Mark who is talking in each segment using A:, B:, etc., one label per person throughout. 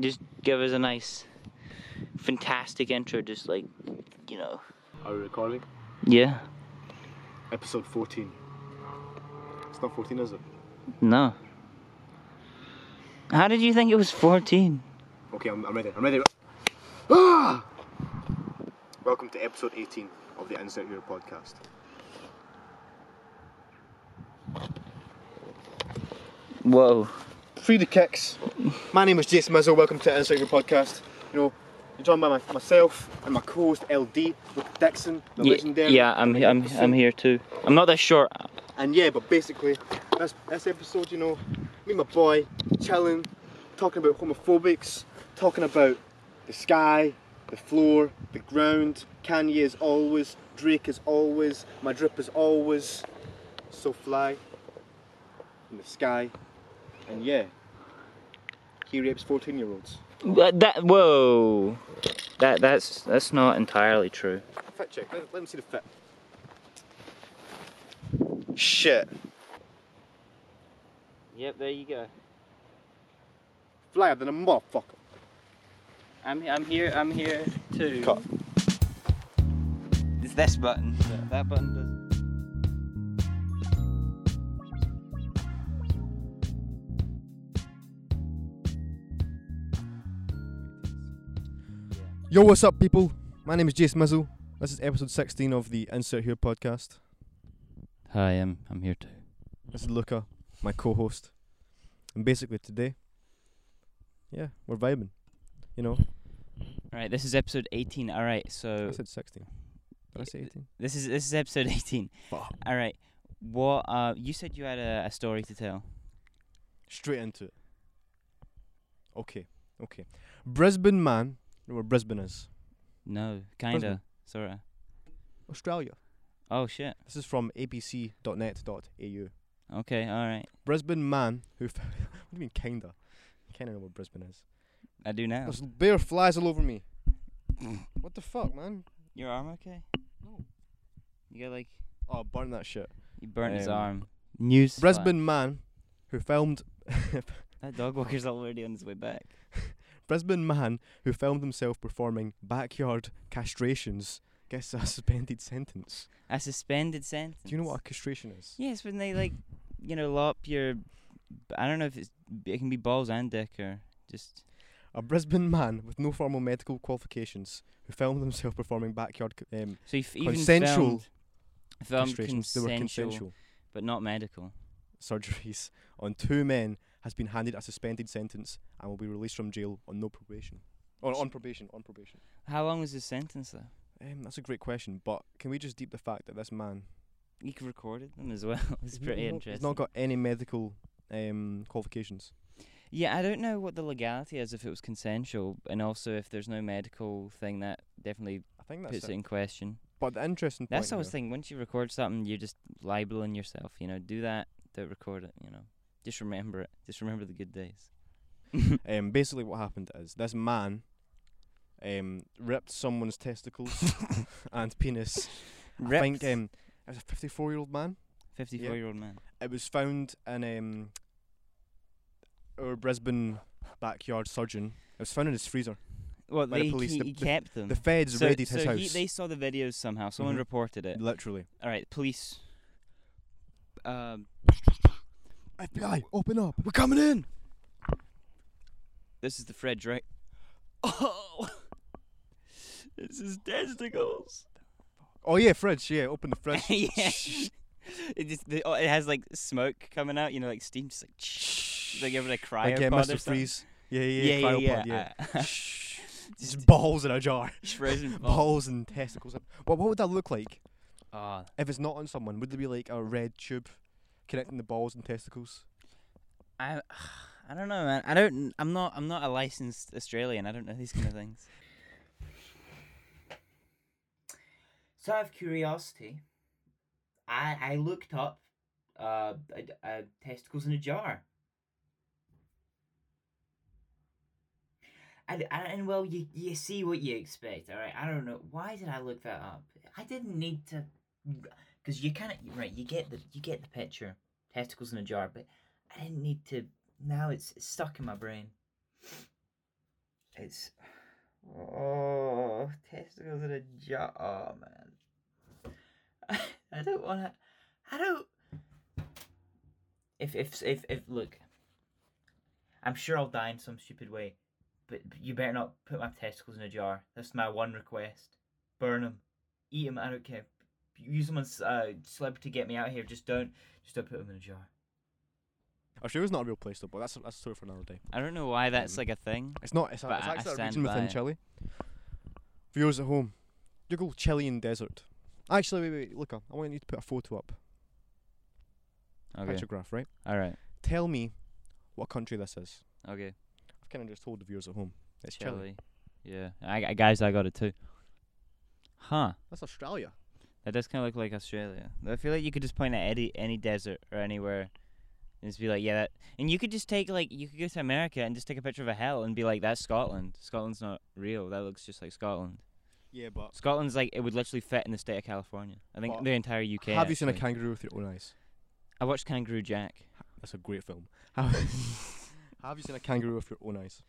A: Just give us a nice, fantastic intro, just like, you know.
B: Are we recording?
A: Yeah.
B: Episode 14. It's not 14, is it?
A: No. How did you think it was 14?
B: Okay, I'm, I'm ready. I'm ready. Ah! Welcome to episode 18 of the Insert Hero podcast.
A: Whoa.
B: Free the kicks. My name is Jason Mizzle. Welcome to Insert Hero podcast. You know, you're joined by my, myself and my co host LD, Luke Dixon, the
A: Ye-
B: legendary.
A: yeah, I'm, I'm, I'm here too. I'm not that short.
B: And yeah, but basically, this, this episode, you know, me and my boy chilling, talking about homophobics, talking about the sky, the floor, the ground. Kanye is always, Drake is always, my drip is always. So fly in the sky. And yeah, he rapes 14 year olds.
A: But That, whoa. That, that's, that's not entirely true.
B: Fit check, let, let me see the fit. Shit.
A: Yep, there you go.
B: Flyer than a motherfucker.
A: I'm, I'm here, I'm here too.
B: Cut.
A: It's this button. That, that button does.
B: Yo, what's up, people? My name is Jason Mizzle. This is episode 16 of the Insert Here podcast.
A: Hi, I'm I'm here too.
B: This is Luca, my co host. And basically, today, yeah, we're vibing. You know,
A: All right, this is episode 18. All right, so
B: I said 16. Did I say 18?
A: this is this is episode 18.
B: Fuck.
A: All right, what uh you said you had a, a story to tell.
B: Straight into it. Okay, okay. Brisbane man, you know where Brisbane is?
A: No, kinda, sorta.
B: Australia.
A: Oh shit.
B: This is from abc.net.au.
A: Okay, all right.
B: Brisbane man who. f- what do you mean, kinda? Kinda know where Brisbane is.
A: I do now.
B: There's bear flies all over me. What the fuck, man?
A: Your arm okay?
B: No.
A: You got like
B: Oh, burn that shit.
A: you burnt his
B: Um,
A: arm. News. flash.
B: Brisbane man who filmed
A: That dog walker's already on his way back.
B: Brisbane man who filmed himself performing backyard castrations gets a suspended sentence.
A: A suspended sentence.
B: Do you know what a castration is?
A: Yes, when they like, you know, lop your. I don't know if it's it can be balls and dick or just.
B: A Brisbane man with no formal medical qualifications who filmed himself performing backyard c- um,
A: So if even
B: Consensual
A: filmed, filmed
B: castrations.
A: consensual,
B: They were consensual
A: but not medical.
B: surgeries on two men has been handed a suspended sentence and will be released from jail on no probation. Or on probation, on probation.
A: How long was his sentence though?
B: Um, that's a great question, but can we just deep the fact that this man
A: You could recorded them as well. It's
B: He's
A: pretty
B: not-
A: interesting.
B: He's not got any medical um, qualifications.
A: yeah, I don't know what the legality is if it was consensual, and also if there's no medical thing that definitely
B: I think
A: puts
B: that's
A: it
B: it.
A: in question.
B: But the interesting
A: That's the
B: point
A: always thing. Once you record something, you're just libeling yourself. You know, do that. Don't record it. You know, just remember it. Just remember the good days.
B: here, um, basically what happened is this man um, ripped someone's testicles and penis. I think um, it was a 54 year old man.
A: 54 year old man.
B: It was found in um, our Brisbane backyard surgeon. It was found in his freezer.
A: Well,
B: By the
A: they,
B: police,
A: he,
B: the-
A: he
B: the-
A: kept them.
B: The feds
A: Mm. so
B: raided his
A: so
B: house.
A: He, they saw the videos somehow. Someone
B: Mhm.
A: reported it.
B: literally.
A: All right, police. Um,
B: FBI, open up. We're coming in.
A: this is the fridge, right? Oh, this is testicles.
B: Oh, yeah, fridge. Yeah, open the fridge.
A: yeah. It just the, oh, it has like smoke coming out. You know, like steam. Just like like over the cryopod
B: Again,
A: or
B: Mr.
A: something.
B: Freeze. Yeah, yeah,
A: Yeah, yeah, yeah.
B: cryopod, yeah.
A: uh,
B: Shh.
A: Just-
B: Just balls in a jar.
A: frozen ball.
B: Balls and testicles. Well, what would that look like
A: Ah,
B: if it's not on someone? Would there be like a red tube connecting the balls and testicles?
A: I, I don't know, man. I don't. I'm not. I'm not a licensed Australian. I don't know these kind of things. So out of curiosity, I I looked up uh, uh, uh testicles in a jar. And, and well, you you see what you expect, all right. I don't know why did I look that up. I didn't need to, because you kind of right. You get the you get the picture, testicles in a jar, but I didn't need to. Now it's, it's stuck in my brain.
C: It's oh testicles in a jar. Oh man, I don't want to. I don't. If if if if look, I'm sure I'll die in some stupid way, but you better not put my testicles in a jar. That's my one request. Burn them, eat them. I don't care. Use them on s- uh, celebrity get me out of here. Just don't, just don't put them in a jar.
B: Australia's not a real place though, but that's that's a story for another day.
A: I don't know why that's
B: Mm.
A: like a thing.
B: It's not. It's, a,
A: But
B: it's
A: I- I
B: actually a
A: stand
B: region
A: by
B: within
A: it.
B: Chile. Viewers at home, Google Chilean desert. Actually, wait, wait, look, I want you to put a photo up,
A: Okay.
B: pictograph, right?
A: All right.
B: Tell me what country this is.
A: Okay.
B: I've kind of just told the viewers at home. It's Chile.
A: Chile. Yeah. I, I guys, I got it too. Huh.
B: That's Australia.
A: That does kind of look like Australia. Though I feel like you could just point at any any desert or anywhere, and just be like, yeah, that. And you could just take like you could go to America and just take a picture of a hill and be like, that's Scotland. Scotland's not real. That looks just like Scotland.
B: Yeah, but
A: Scotland's like it would literally fit in the state of California. I think
B: But
A: the entire UK.
B: have you seen a
A: actually.
B: kangaroo with your own eyes?
A: I watched Kangaroo Jack.
B: That's a great film. Have, have you seen a kangaroo with your own eyes?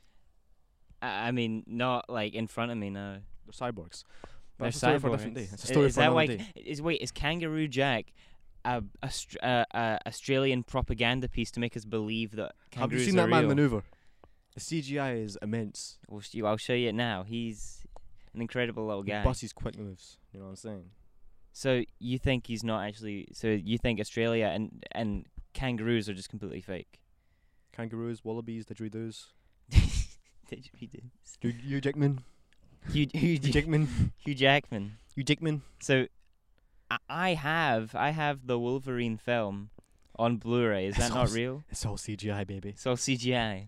A: I, I mean, not like in front of me now.
B: They're cyborgs. But
A: They're
B: that's a story for a different day.
A: cyborgs.
B: It's a
A: I-
B: story
A: is
B: for
A: that
B: another
A: why,
B: day.
A: Is wait, is Kangaroo Jack a, a, str- a, a Australian propaganda piece to make us believe that
B: Have
A: kangaroos
B: you seen
A: are
B: that man
A: real?
B: maneuver? The CGI is immense.
A: We'll sh- you- I'll show you it now. He's an incredible little
B: He
A: guy.
B: busts his quick moves. You know what I'm saying?
A: So you think he's not actually? So you think Australia and and kangaroos are just completely fake?
B: Kangaroos, wallabies, didgeridoos.
A: Did we do?
B: Hugh, Hugh Jackman.
A: Hugh, Hugh,
B: Hugh
A: Jack-
B: Jackman.
A: Hugh Jackman.
B: Hugh Jackman.
A: So I- I have I have the Wolverine film on Blu-ray. Is
B: It's
A: that not
B: all-
A: real?
B: It's all CGI, baby.
A: It's all CGI.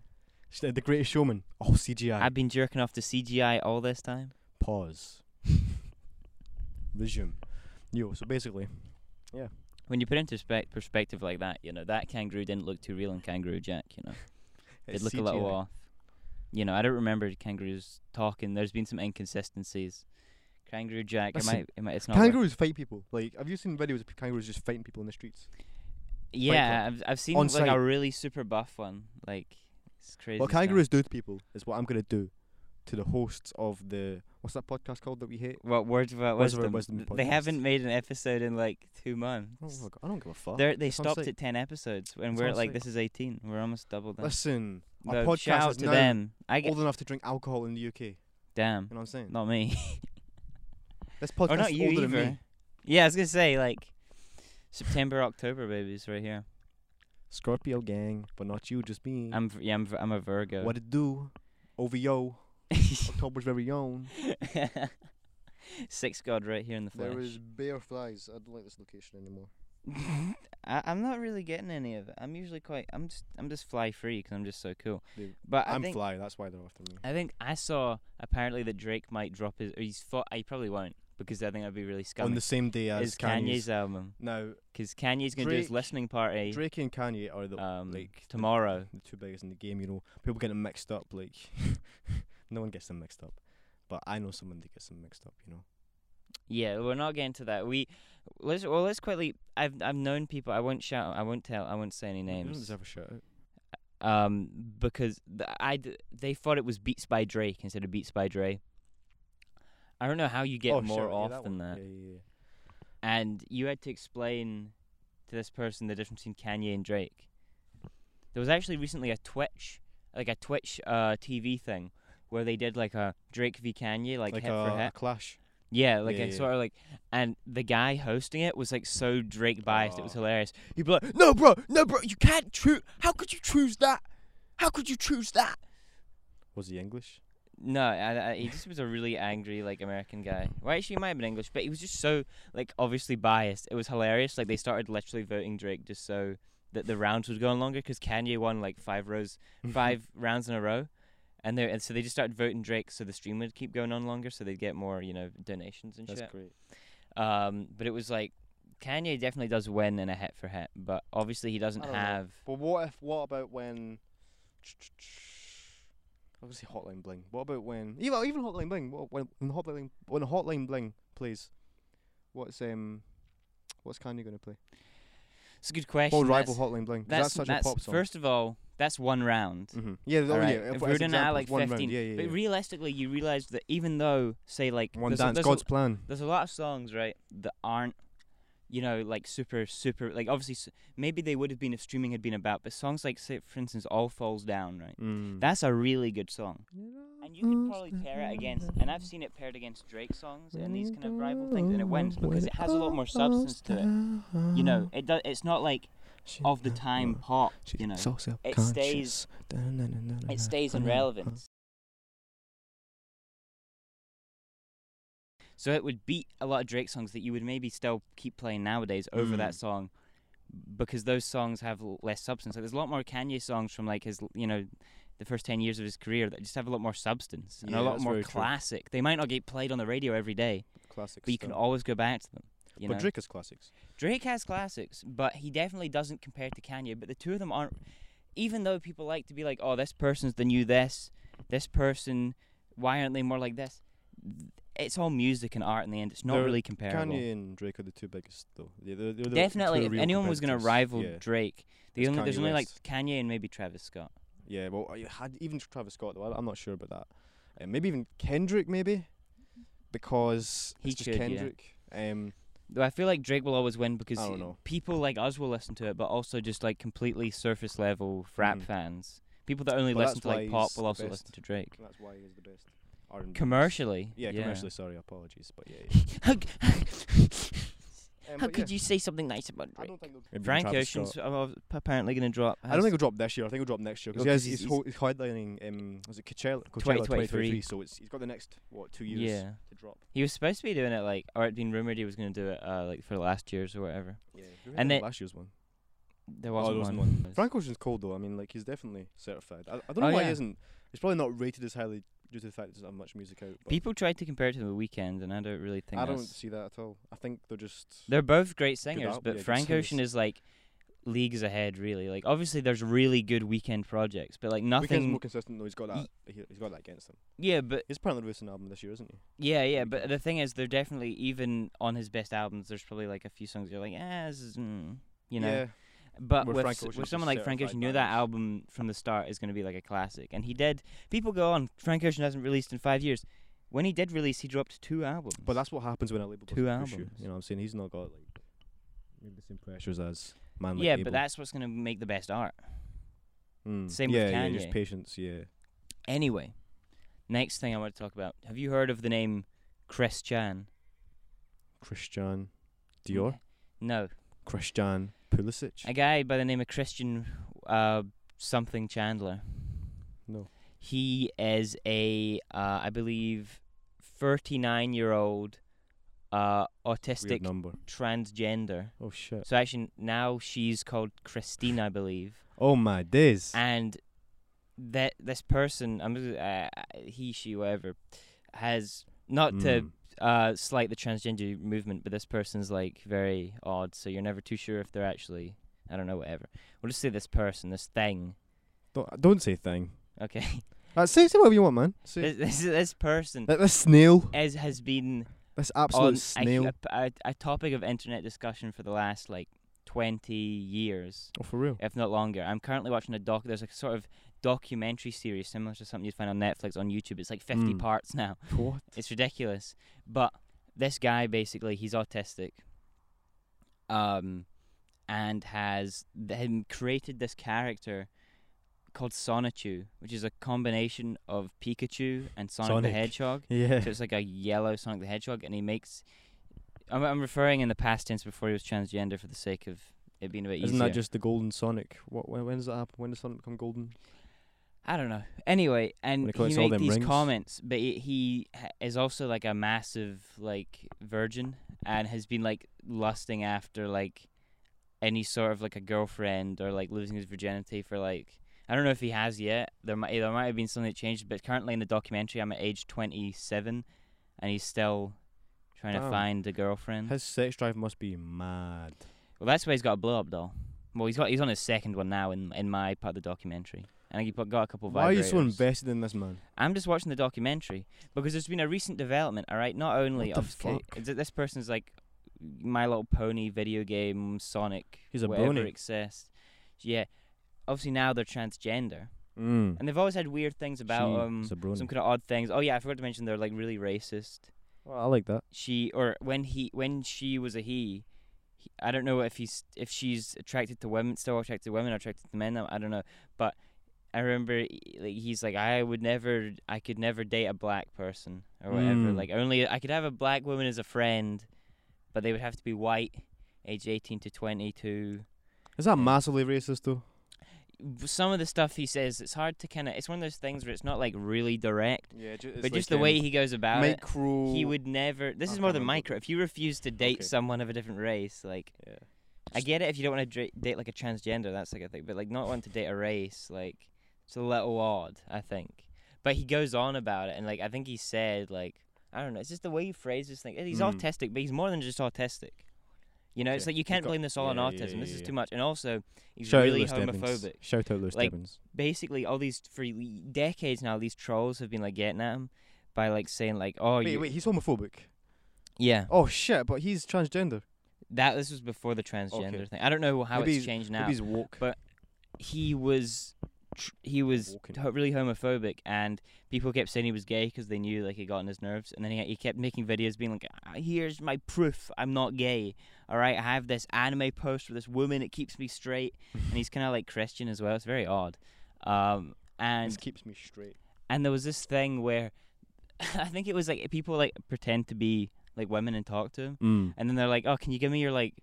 B: Sh- The Greatest Showman. All CGI.
A: I've been jerking off to CGI all this time.
B: Pause. Resume. Yo, so basically,
A: When you put into spec- perspective like that, you know that kangaroo didn't look too real in Kangaroo Jack. You know,
B: it's
A: it looked a little
B: CGI.
A: off. You know, I don't remember kangaroos talking. There's been some inconsistencies. Kangaroo Jack, it
B: Listen,
A: might, it might, it's not. worth-
B: Kangaroos fight people. Like, have you seen videos of kangaroos just fighting people in the streets? uh,
A: yeah, I've, I've seen
B: On
A: like
B: site.
A: a really super buff one. Like it's crazy.
B: what
A: stuff.
B: kangaroos do to people is what I'm gonna do to the hosts of the what's that podcast called that we hate?
A: What words about
B: Words of
A: wisdom?
B: Wisdom
A: Th- They
B: podcast.
A: haven't made an episode in like two
B: Oh
A: months.
B: my God, I don't give a fuck.
A: They're, they
B: It's on
A: stopped
B: site.
A: at ten episodes, and
B: It's
A: we're
B: on
A: at like
B: site.
A: this is eighteen. We're almost double that.
B: Listen, our
A: Though,
B: podcast
A: shout out
B: is
A: to
B: now
A: them. I get
B: old enough to drink alcohol in the UK. You
A: damn,
B: know what I'm saying?
A: not me.
B: This podcast
A: or not
B: is
A: you
B: older
A: either.
B: than me.
A: Yeah, I was gonna say like September, October babies right here.
B: Scorpio gang, but not you, just me.
A: I'm v- yeah, I'm v- I'm a Virgo.
B: what it do? Over yo, October's very own.
A: Six God right here in the flesh.
B: There is bear flies. I don't like this location anymore.
A: I, I'm not really getting any of it. I'm usually quite. I'm just. I'm just fly free 'cause I'm just so cool.
B: Dude,
A: But I
B: I'm
A: think
B: fly. That's why they're after me.
A: I think I saw apparently that Drake might drop his. Or he's fought. He probably won't because I think that'd be really scummy.
B: On the same day as
A: is Kanye's,
B: Kanye's.
A: album.
B: Now
A: 'Cause Kanye's gonna do his
B: Drake-
A: listening party
B: Drake and Kanye are the
A: um
B: like the-
A: tomorrow.
B: the two biggest in the game. You know, people get them mixed up. Like, no one gets them mixed up, but I know someone that gets them mixed up. You know,
A: Yeah, we're not getting to that. We let's well let's quickly. I've I've known people. I won't shout. I won't tell. I won't say any
B: You
A: names.
B: don't deserve a shout out.
A: um, because th- I d- they thought it was Beats by Drake instead of Beats by Dre. I don't know how you get
B: Oh,
A: more
B: shout out,
A: off
B: yeah,
A: than
B: one.
A: that.
B: Yeah, yeah, yeah.
A: And you had to explain to this person the difference between Kanye and Drake. There was actually recently a Twitch, like a Twitch uh, TV thing, where they did like a Drake v Kanye, like,
B: Like,
A: hit
B: a,
A: for
B: a
A: hit.
B: clash.
A: Yeah, like
B: Yeah,
A: it's
B: yeah.
A: sort of like, and the guy hosting it was like so Drake biased, it was
B: Oh.
A: hilarious. He'd be like, "No, bro, no, bro, you can't choose. How could you choose that? How could you choose that?"
B: Was he English?
A: No, I, I, he just was a really angry like American guy. Well, actually, he might have been English, but he was just so like obviously biased. It was hilarious. Like they started literally voting Drake just so that the rounds would go on longer because Kanye won like five rows, five rounds in a row, and they and so they just started voting Drake so the stream would keep going on longer so they'd get more you know donations and
B: That's
A: shit.
B: great.
A: Um, but it was like Kanye definitely does win in a hit for hit, but obviously he doesn't
B: I don't know.
A: have.
B: But what if? What about when? I was gonna say Hotline Bling. What about when? Even even Hotline Bling. What when when Hotline when Hotline Bling plays? What's um, what's Kanye gonna play?
A: It's a good question.
B: Well, rival
A: that's-
B: Hotline Bling. 'cause
A: That's
B: that's such a
A: that's-
B: pop song.
A: First of all, That's one round.
B: Mm-hmm. Yeah, oh,
A: alright?
B: yeah.
A: if
B: as
A: we were doing it at
B: example,
A: like
B: one round,
A: 15,
B: yeah, yeah,
A: but
B: yeah.
A: realistically, you realize that even though, say, like
B: one
A: there's a-
B: dance,
A: there's a-
B: God's plan.
A: there's a lot of songs right that aren't you know like super super like obviously s- maybe they would have been if streaming had been about but songs like say for instance all falls down right
B: Mm.
A: that's a really good song and you
B: Mm-hmm.
A: could probably pair it agaagainst and i've seen it paired against drake songs and these kind of rival things and it wins because it has a lot more substance to it you know it does it's not like of the time pop you know it stays
B: Uh-huh,
A: it stays in relevance so it would beat a lot of drake songs that you would maybe still keep playing nowadays over
B: Mm.
A: that song because those songs have l- less substance like there's a lot more kanye songs from like his l- you know the first 10 years of his career that just have a lot more substance and
B: Yeah,
A: a lot
B: that's
A: more
B: very true.
A: classic they might not get played on the radio every day
B: Classics.
A: but you can always go back to them you
B: but
A: know?
B: Drake is classics.
A: Drake has classics, but he definitely doesn't compare to Kanye. But the two of them aren't. Even though people like to be like, "Oh, this person's the new this," this person, why aren't they more like this? It's all music and art in the end. It's not
B: They're-
A: really comparable.
B: Kanye and Drake are the two biggest, though. Yeah, they're, they're the
A: definitely,
B: two
A: if
B: real
A: anyone was gonna
B: competitors.
A: rival
B: yeah.
A: Drake, the
B: It's
A: only there's
B: Kanye
A: only
B: West.
A: like Kanye and maybe Travis Scott.
B: Yeah, well, I had even Travis Scott though. I- I'm not sure about that. Um, maybe even Kendrick, maybe, because
A: He
B: it's just
A: could, yeah.
B: Kendrick. Um,
A: Though I feel like Drake will always win because
B: I don't know.
A: people like us will listen to it, but also just like completely surface level rap
B: Mhm.
A: fans, people that only
B: But
A: listen
B: that's
A: to
B: why
A: like pop
B: he's
A: will
B: the
A: also
B: best.
A: listen to Drake.
B: That's why he's the best. R&B artist.
A: Commercially,
B: Yeah, commercially. Sorry, apologies, but yeah. yeah.
A: How, c-
B: Um,
A: how
B: but
A: could
B: yeah,
A: you say something nice about
B: I
A: Drake?
B: don't think they'll- Maybe
A: Frank
B: Travis
A: Ocean's
B: Scott.
A: uh, apparently going to drop.
B: I don't think it'll drop this year. I think it'll drop next year because
A: Oh, 'cause
B: he's,
A: he's-
B: he's, ho- he's headlining. Um, was it Coachella?
A: 2023.
B: Coachella 2023. So it's he's got the next what two years
A: Yeah,
B: to drop.
A: he was supposed to be doing it like, or it'd been rumored he was going to do it uh, like for last year's or whatever.
B: Yeah,
A: And then-
B: last year's one.
A: There
B: Oh,
A: wasn't
B: there
A: one.
B: wasn't Frank Ocean's cold though. I mean, like he's definitely certified. I, I don't know
A: Oh,
B: why
A: yeah.
B: he isn't. He's probably not rated as highly due to the fact that he doesn't have much music out. But
A: People tried to compare it to the weekend, and I don't really think.
B: I don't
A: that's-
B: see that at all. I think they're just.
A: They're both great singers,
B: al-
A: but
B: yeah, good
A: Frank
B: singers.
A: Ocean is like leagues ahead, really. Like obviously, there's really good weekend projects, but like
B: Weekend's
A: nothing.
B: more consistent though. He's got that. He, has got that against him.
A: yeah, but
B: He's apparently releasing an album this year, isn't he?
A: Yeah, yeah,
B: Weeknd.
A: but the thing is, they're definitely even on his best albums. There's probably like a few songs you're like, eh, this is, mm, you know.
B: Yeah.
A: But
B: With
A: with
B: Frank
A: s-
B: Ocean's
A: with
B: just
A: someone like Frank
B: certified
A: Ocean, you know that
B: bangers.
A: album from the start is going to be like a classic, and he did. People go on. Frank Ocean hasn't released in five years. When he did release, he dropped two albums.
B: But that's what happens when a label
A: Two
B: doesn't push you.
A: albums.
B: You know what I'm saying? He's not got like maybe the same pressures as man like
A: yeah,
B: Abel.
A: but that's what's going to make the best art.
B: Mm.
A: same with
B: yeah, Yeah, just
A: Kanye.
B: patience. Yeah.
A: Anyway, next thing I want to talk about. Have you heard of the name Chris Chan?
B: Christian Dior,
A: No,
B: Christian Pulisic.
A: a guy by the name of Christian uh, something Chandler.
B: no.
A: He is a, uh, I believe, 39 year old uh,
B: Weird
A: autistic
B: number.
A: transgender.
B: Oh shit.
A: So actually, now she's called Christine, I believe.
B: Oh my days.
A: And that this person, I'm just- uh, he, she, whatever, has not to
B: Mm.
A: uh, slight the transgender movement, but this person's like very odd. So you're never too sure if they're actually, I don't know, whatever. We'll just say this person, this thing.
B: Don't, don't say thing.
A: Okay,
B: Uh, say say whatever you want, man. Say
A: this, this this person
B: Like this snail,
A: as has been
B: this absolute
A: on a hu-
B: snail.
A: A, a topic of internet discussion for the last like 20 years,
B: oh, for real.
A: if not longer. I'm currently watching a doc. There's a sort of documentary series similar to something you'd find on Netflix on YouTube. It's like 50
B: Mm.
A: parts now.
B: What?
A: It's ridiculous. But this guy basically, he's autistic. Um, and has then created this character called Sonichu, which is a combination of Pikachu and Sonic,
B: Sonic.
A: the Hedgehog.
B: Yeah.
A: So it's like a yellow Sonic the Hedgehog, and he makes. I'm, I'm referring in the past tense before he was transgender for the sake of it being a bit
B: Isn't
A: easier.
B: that just the golden Sonic? What? When, when does that happen? When does Sonic become golden?
A: I don't know. Anyway, and
B: When it
A: he
B: collects all
A: makes
B: them
A: these
B: rings.
A: comments, but he, he ha- is also like a massive like virgin and has been like lusting after like any sort of like a girlfriend or like losing his virginity for like I don't know if he has yet. There might there might have been something that changed, but currently in the documentary, I'm at age 27, and he's still trying to
B: Damn.
A: find a girlfriend.
B: His sex drive must be mad.
A: Well, that's why he's got a blow up doll. Well, he's got he's on his second one now in in my part of the documentary. I think he put, got a couple. Vibrators.
B: Why are you so invested in this man?
A: I'm just watching the documentary because there's been a recent development. All right, not only
B: What the
A: obfuscate-
B: fuck?
A: is that this person's like My Little Pony video game Sonic.
B: He's a
A: whatever
B: brony.
A: exists. Yeah, obviously now they're transgender,
B: Mm.
A: and they've always had weird things about
B: She,
A: um
B: Sabrina.
A: some kind of odd things. Oh yeah, I forgot to mention they're like really racist.
B: Well, Oh, I like that.
A: She or when he when she was a he, he I don't know if he's if she's attracted to women still attracted to women or attracted to men now I don't know, but I remember he- like he's like I would never I could never date a black person or whatever.
B: Mm.
A: Like only I could have a black woman as a friend, but they would have to be white, age eighteen to twenty two
B: Is that
A: Yeah.
B: massively racist though?
A: some of the stuff he says, it's hard to kind of. It's one of those things where it's not like really direct,
B: Yeah,
A: but just the way he goes about
B: micro.
A: it, he would never. This is
B: I can't
A: more than
B: remember what
A: micro. If you refuse to date
B: Okay.
A: someone of a different race, like
B: Yeah.
A: I get it if you don't want to dra- date like a transgender, that's like a thing. But like not want to date a race, like it's a little odd, I think. But he goes on about it, and like I think he said, like I don't know, it's just the way he phrases things. He's
B: Mm.
A: autistic, but he's more than just autistic. You know, it's
B: Okay.
A: like you
B: He's
A: can't
B: got-
A: blame this all on
B: yeah,
A: autism.
B: yeah, yeah,
A: this is
B: yeah.
A: too much, and also he's
B: Shout
A: really
B: out Lewis Stebbins.
A: homophobic
B: Shout out Lewis
A: Like,
B: Stebbins.
A: basically all these for y- decades now these trolls have been like getting at him by like saying like oh
B: Wait,
A: you,
B: wait, he's homophobic.
A: yeah
B: Oh shit, but he's transgender.
A: that this was before the transgender thing i don't know how
B: Maybe
A: it's
B: he's-
A: changed now
B: Maybe he's woke.
A: but- he was tr- he was
B: Walking.
A: ho- really homophobic and people kept saying he was gay because they knew like he got on his nerves and then he, he kept making videos being like "Ah, here's my proof i'm not gay all right i have this anime post with this woman it keeps me straight and he's kind of like christian as well it's very odd um and
B: this keeps me straight.
A: and there was this thing where I think it was like people like pretend to be like women and talk to him,
B: Mm.
A: and then they're like, "Oh, can you give me your like,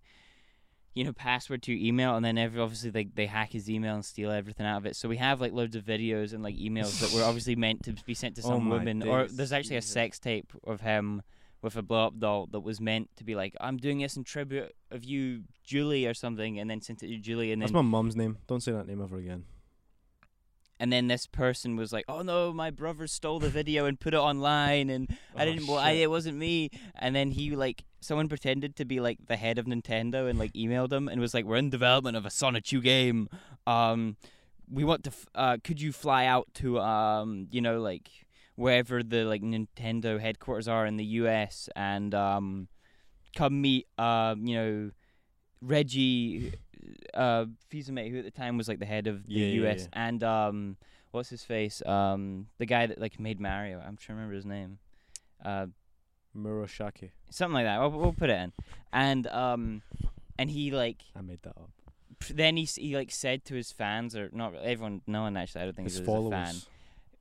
A: you know, password to your email?" And then every obviously they they hack his email and steal everything out of it. So we have like loads of videos and like emails that were obviously meant to be sent to
B: Oh
A: some
B: my
A: woman, or
B: days,
A: there's actually
B: Jesus.
A: a sex tape of him with a blow up doll that was meant to be like, "I'm doing this in tribute of you, Julie," or something, and then sent it to Julie, and then
B: That's my mum's name. Don't say that name ever again.
A: and then this person was like, "Oh no, my brother stole the video and put it online, and I
B: Oh,
A: didn't. Well, I,
B: shit.
A: it wasn't me." And then he like someone pretended to be like the head of Nintendo and like emailed him and was like, "We're in development of a Sonic 2 game. Um, we want to. F- uh, could you fly out to um, you know, like wherever the like Nintendo headquarters are in the U.S. and um, come meet um, you know, Reggie." Uh, Fusame, who at the time was like the head of the
B: Yeah, yeah,
A: U.S.
B: yeah.
A: and um, what's his face? Um, the guy that like made Mario. I'm trying to remember his name. Uh,
B: Murashaki.
A: something like that. We'll, we'll put it in. And um, and he like
B: I made that up.
A: p- then he s- he like said to his fans or not really, everyone, no one actually. I don't think
B: His
A: he was a fan.
B: followers.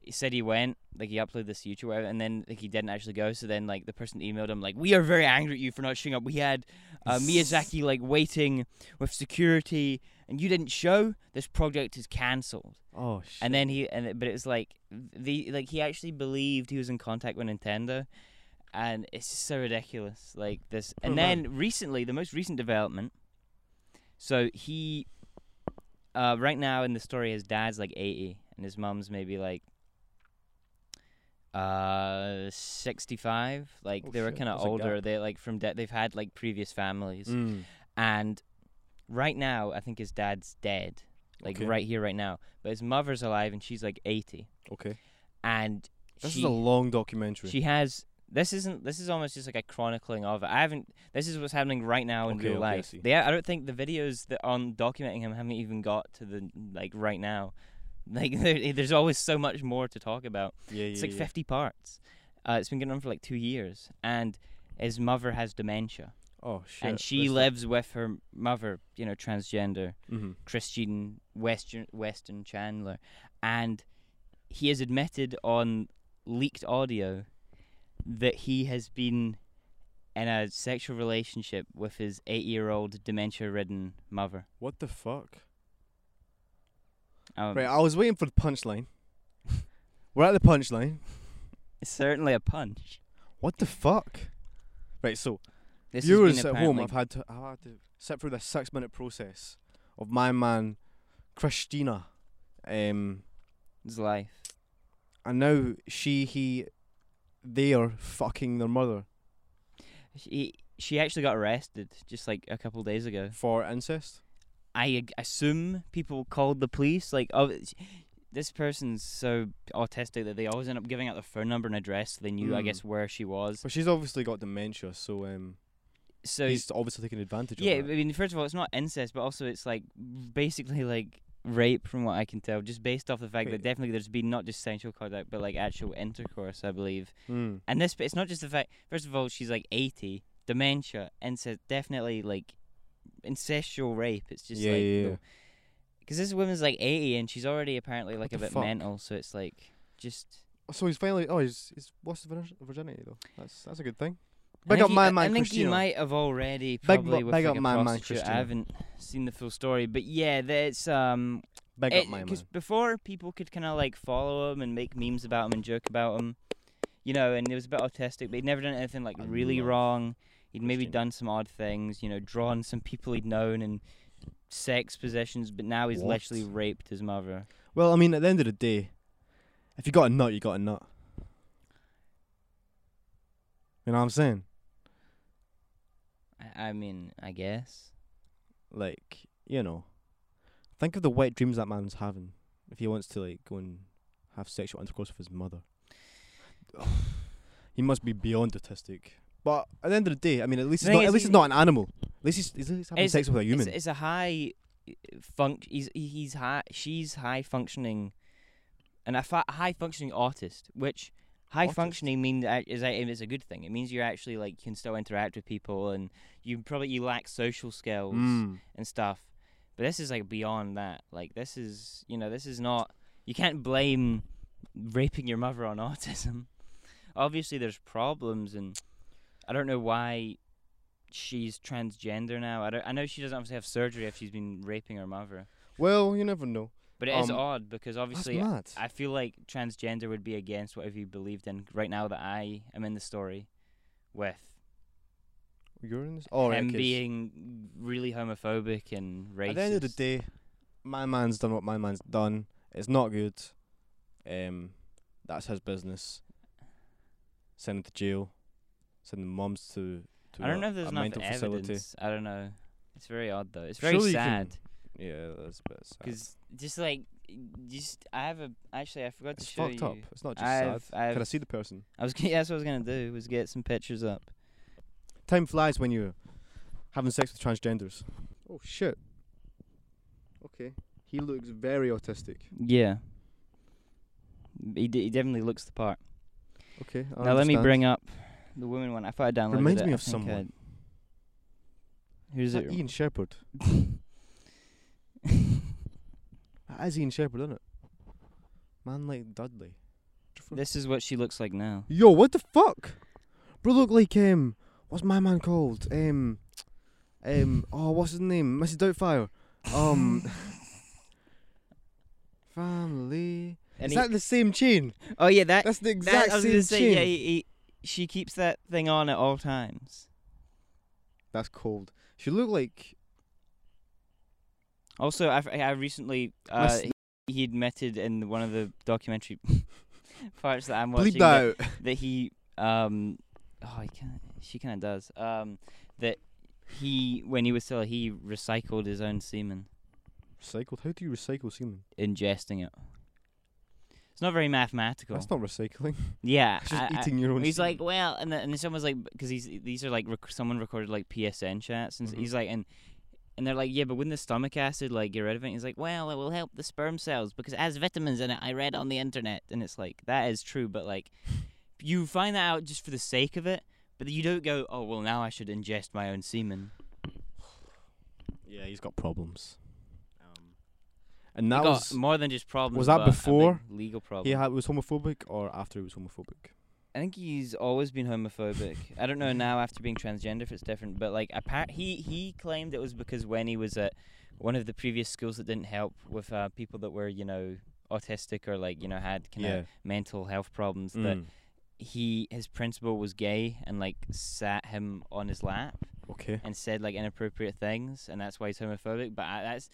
A: He said he went, like he uploaded this to YouTube, whatever, and then like he didn't actually go. So then like the person emailed him like, "We are very angry at you for not showing up. We had uh, Miyazaki like waiting with security, and you didn't show. This project is cancelled."
B: Oh shit.
A: And then he, and it- but it was like the like he actually believed he was in contact with Nintendo, and it's just so ridiculous. Like this, and
B: Oh, man.
A: then recently, the most recent development. So he, uh, right now in the story, his dad's like eighty, and his mum's maybe like, uh, sixty-five. Like
B: Oh,
A: they were
B: shit,
A: kind of
B: that's a
A: older.
B: gap.
A: They're like from de- they've had like previous families,
B: Mm.
A: and right now I think his dad's dead, like
B: Okay.
A: right here, right now. But his mother's alive and she's like eighty,
B: Okay.
A: and
B: This
A: she
B: is a long documentary.
A: she has this isn't this is almost just like a chronicling of it. I haven't. This is what's happening right now in
B: Okay,
A: real
B: okay, I
A: life.
B: see.
A: They I don't think the videos that on documenting him haven't even got to the like right now. Like there, there's always so much more to talk about.
B: yeah, yeah,
A: It's like
B: yeah.
A: 50 parts. Uh, it's been going on for like two years, and his mother has dementia,
B: Oh shit.
A: and she lives with her mother, you know, transgender.
B: hmm
A: Christian Western Western Chandler, and he has admitted on leaked audio that he has been in a sexual relationship with his eight-year-old dementia-ridden mother.
B: What the fuck?
A: Um,
B: Right, I was waiting for the punchline. We're at the punchline.
A: it's certainly a punch.
B: What the fuck? Right, so
A: This has been
B: viewers at home,
A: apparently-
B: I've had to I've had to sit through this six minute process of my man Christina, um,
A: his life.
B: and now she, he, they are fucking their mother
A: She she actually got arrested just like a couple days ago.
B: for incest.
A: I ag- assume people called the police. Like, oh, it's- this person's so autistic that they always end up giving out their phone number and address, so they knew, I
B: Mm.
A: guess, where she was.
B: But she's obviously got dementia, so um,
A: So,
B: he's obviously taking advantage
A: yeah, I
B: of that.
A: mean, first of all, it's not incest, but also it's like basically like rape, from what I can tell, just based off the fact
B: Wait.
A: that definitely there's been not just sexual contact, but like actual intercourse, I believe.
B: Mm.
A: And this, it's not just the fact. First of all, she's like 80, dementia, and so definitely like incestual rape. It's just
B: yeah,
A: like
B: yeah, yeah.
A: because this woman's like 80 and she's already apparently like
B: the
A: a bit
B: fuck?
A: mental, so it's like just.
B: So he's finally. Oh, he's he's lost his virgin- virginity though. That's that's a good thing.
A: I
B: Big
A: think
B: up
A: he-
B: my
A: I-
B: man,
A: I think
B: Christina.
A: he might have already
B: Big
A: probably
B: bu-
A: with like
B: big up
A: a
B: my man,
A: prostitute.
B: Christina.
A: I haven't seen the full story, but yeah, that's um.
B: Big
A: It-
B: up my man.
A: Because before people could kind of like follow him and make memes about him and joke about him, you know, and he was a bit autistic, but he'd never done anything like
B: I
A: really
B: love
A: wrong. He'd maybe
B: Christina.
A: done some odd things, you know, drawn some people he'd known and sex possessions, but now he's
B: What?
A: literally raped his mother.
B: Well, I mean, at the end of the day, if you got a nut, you got a nut. You know what I'm saying?
A: I, I mean, I guess.
B: Like, you know, think of the wet dreams that man's having if he wants to like go and have sexual intercourse with his mother. he must be beyond autistic. But at the end of the day, I mean, at least
A: The
B: it's
A: thing
B: not, at
A: is
B: least
A: he-
B: it's not an animal. At least he's, he's- he's having
A: It's-
B: sex with a human.
A: It's, it's a high func. He's he's high. She's high functioning, and a fa- high functioning autist, which high
B: Autist?
A: functioning means a- is a, it's a good thing. It means you actually like can still interact with people, and you probably you lack social skills
B: Mm.
A: and stuff. But this is like beyond that. Like this is you know this is not. You can't blame raping your mother on autism. Obviously, there's problems, and I don't know why she's transgender now. I don't. I know she doesn't obviously have surgery if she's been raping her mother,
B: Well, you never know.
A: but it is
B: Um,
A: odd because obviously
B: That's mad.
A: I feel like transgender would be against whatever you believed in. Right now that I am in the story with
B: You're in this. Oh, right,
A: him
B: okay, so-
A: being really homophobic and racist.
B: At the end of the day, my man's done what my man's done. It's not good. Um, that's his business. Send him to jail. Send the mums to. to
A: I don't
B: a-
A: know if there's
B: a
A: enough
B: mental
A: evidence.
B: facility.
A: I don't know. It's very odd though. It's very
B: Surely you can-
A: sad.
B: Yeah, that's a bit sad.
A: Because just like, just I have a actually I forgot
B: It's
A: to show
B: fucked
A: you.
B: up. It's not just
A: I've-
B: sad. Can I
A: I've-
B: see the person?
A: I was gonna- that's what I was gonna do was get some pictures up.
B: Time flies when you're having sex with transgenders. Oh shit. Okay. He looks very autistic.
A: Yeah, he, d- he definitely looks the part.
B: Okay. I
A: now let me
B: understand.
A: bring up the woman one. I thought I downloaded
B: Reminds
A: it.
B: me
A: I
B: of
A: think
B: someone.
A: I'd- Who's
B: Is
A: it?
B: that Ian Shepherd? That is Ian Shepherd, isn't it? Man like Dudley.
A: this is what she looks like now.
B: Yo, what the fuck? Bro, look like um, what's my man called? Um, um, oh, what's his name? Mrs. Doubtfire. Um, family.
A: And
B: is
A: he-
B: that the same chain?
A: oh yeah, that
B: That's the
A: that-
B: exact
A: I was
B: same
A: gonna say
B: chain.
A: yeah. He, he, she keeps that thing on at all times.
B: That's cold. She look like
A: Also, I, I recently uh,
B: s-
A: he, he admitted in one of the documentary parts that I'm watching
B: bleep
A: that,
B: that out.
A: that he um oh he kind she kind of does um that he when he was still he recycled his own semen,
B: Recycled. How do you recycle semen?
A: ingesting it. It's not very mathematical.
B: That's not recycling.
A: yeah,
B: It's just
A: I- I-
B: eating your own.
A: He's
B: semen.
A: like, well, and then, and then someone's like, because he's these are like rec- someone recorded like PSN chats, and s-
B: Mhm.
A: he's like, and and they're like, yeah, but wouldn't the stomach acid like get rid of it? He's like, well, it will help the sperm cells because it has vitamins in it. I read on the internet, and it's like that is true, but like you find that out just for the sake of it, but you don't go, oh well, now I should ingest my own semen.
B: yeah, he's got problems. Um, and that
A: He got
B: was
A: more than just problems.
B: was that
A: but a big
B: before
A: legal problem?
B: he had, was homophobic or after he was homophobic.
A: I think he's always been homophobic. I don't know now after being transgender if it's different, but like apart he he claimed it was because when he was at one of the previous schools that didn't help with uh, people that were you know autistic or like you know had kind of mental health problems that
B: Mm.
A: he his principal was gay and like sat him on his lap
B: Okay.
A: and said like inappropriate things and that's why he's homophobic. But I, that's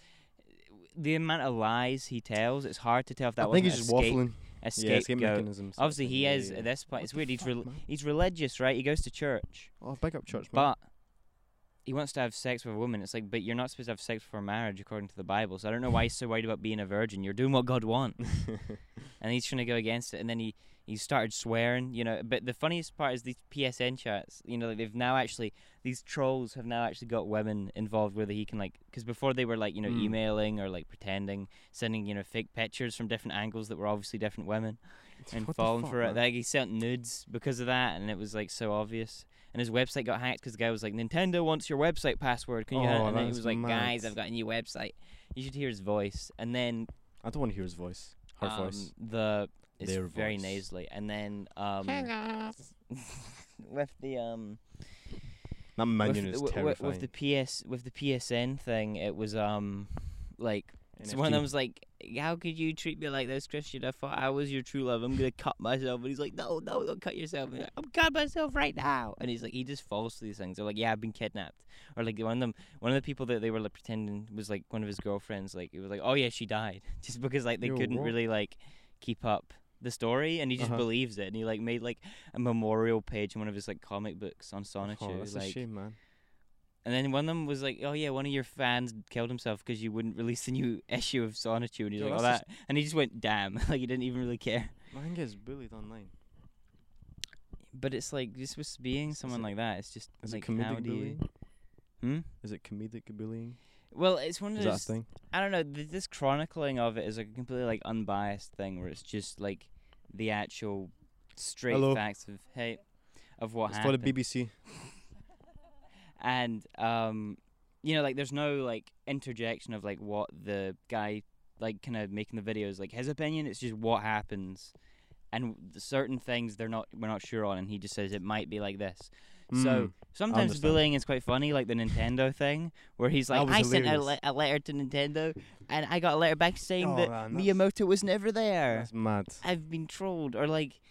A: the amount of lies he tells. It's hard to tell if that
B: I think he's
A: wasn't
B: just
A: a scape-
B: waffling.
A: a
B: Yeah, escape
A: scapegoat.
B: mechanisms. sort of
A: Obviously,
B: thing.
A: he
B: Yeah,
A: is at
B: yeah, yeah.
A: this point.
B: What
A: it's
B: the
A: weird. He's
B: fuck,
A: rel-
B: man?
A: he's religious, right? He goes to church,
B: Oh, big up church, man.
A: but he wants to have sex with a woman. It's like, but you're not supposed to have sex before marriage according to the Bible. So I don't know why he's so worried about being a virgin. You're doing what God wants, and he's trying to go against it. And then he he started swearing, you know. But the funniest part is these PSN chats. You know, like they've now actually these trolls have now actually got women involved, whether he can like because before they were like you know
B: Mm.
A: emailing or like pretending, sending you know fake pictures from different angles that were obviously different women and
B: What the
A: falling
B: fuck,
A: for it.
B: man?
A: Like he sent nudes because of that, and it was like so obvious. And his website got hacked because the guy was like, "Nintendo wants your website password. Can you?" have it?"
B: Oh,
A: and then he
B: that's
A: was like,
B: mad.
A: "Guys, I've got a new website. You should hear his voice." And then
B: I don't want to hear his voice. Her
A: um,
B: voice.
A: the it's
B: Their
A: very
B: voice.
A: nasally. And then um, with the um
B: That
A: with,
B: minion
A: the-
B: is
A: wi- wi-
B: terrifying.
A: with the PS with the PSN thing, it was um like so one of them was like, "How could you treat me like this, Christian? I thought I was your true love. I'm gonna cut myself." And he's like, "No, no, don't cut yourself. And he's like, I'm cutting myself right now." And he's like, he just falls to these things. They're like, "Yeah, I've been kidnapped," or like one of them, one of the people that they were like pretending was like one of his girlfriends. Like it was like, "Oh yeah, she died," just because like they
B: Yo,
A: couldn't
B: what?
A: really like keep up the story, and he just
B: Uh-huh.
A: believes it. And he like made like a memorial page in one of his like comic books on Sonichu.
B: Oh, that's
A: like,
B: a shame, man.
A: and then one of them was like, "Oh yeah, one of your fans killed himself because you wouldn't release the new issue of Sonitude." And he's
B: Yo,
A: like, "Oh
B: that's
A: that," and he just went, "Damn!" like he didn't even really care.
B: Man gets bullied online.
A: But it's like just with being someone
B: it-
A: like that, it's just
B: Is
A: like
B: it
A: how
B: comedic
A: do you?
B: bullying?
A: Hmm?
B: Is it comedic bullying?
A: Well, it's one of
B: Is that a
A: those.
B: thing?
A: I don't know. Th- this chronicling of it is like a completely like unbiased thing where it's just like the actual straight
B: Hello.
A: facts of hey of what
B: It's for the
A: happened.
B: BBC.
A: and um you know like there's no like interjection of like what the guy like kind of making the videos like his opinion it's just what happens and certain things they're not we're not sure on and he just says it might be like this so uh,
B: Mm.
A: sometimes
B: understand.
A: bullying is quite funny like the nintendo thing where he's
B: That
A: like
B: was
A: i sent a,
B: hilarious.
A: le- a letter to nintendo and i got a letter back saying
B: Oh,
A: that
B: man, that's-
A: miyamoto was never there
B: that's mad.
A: I've been trolled or like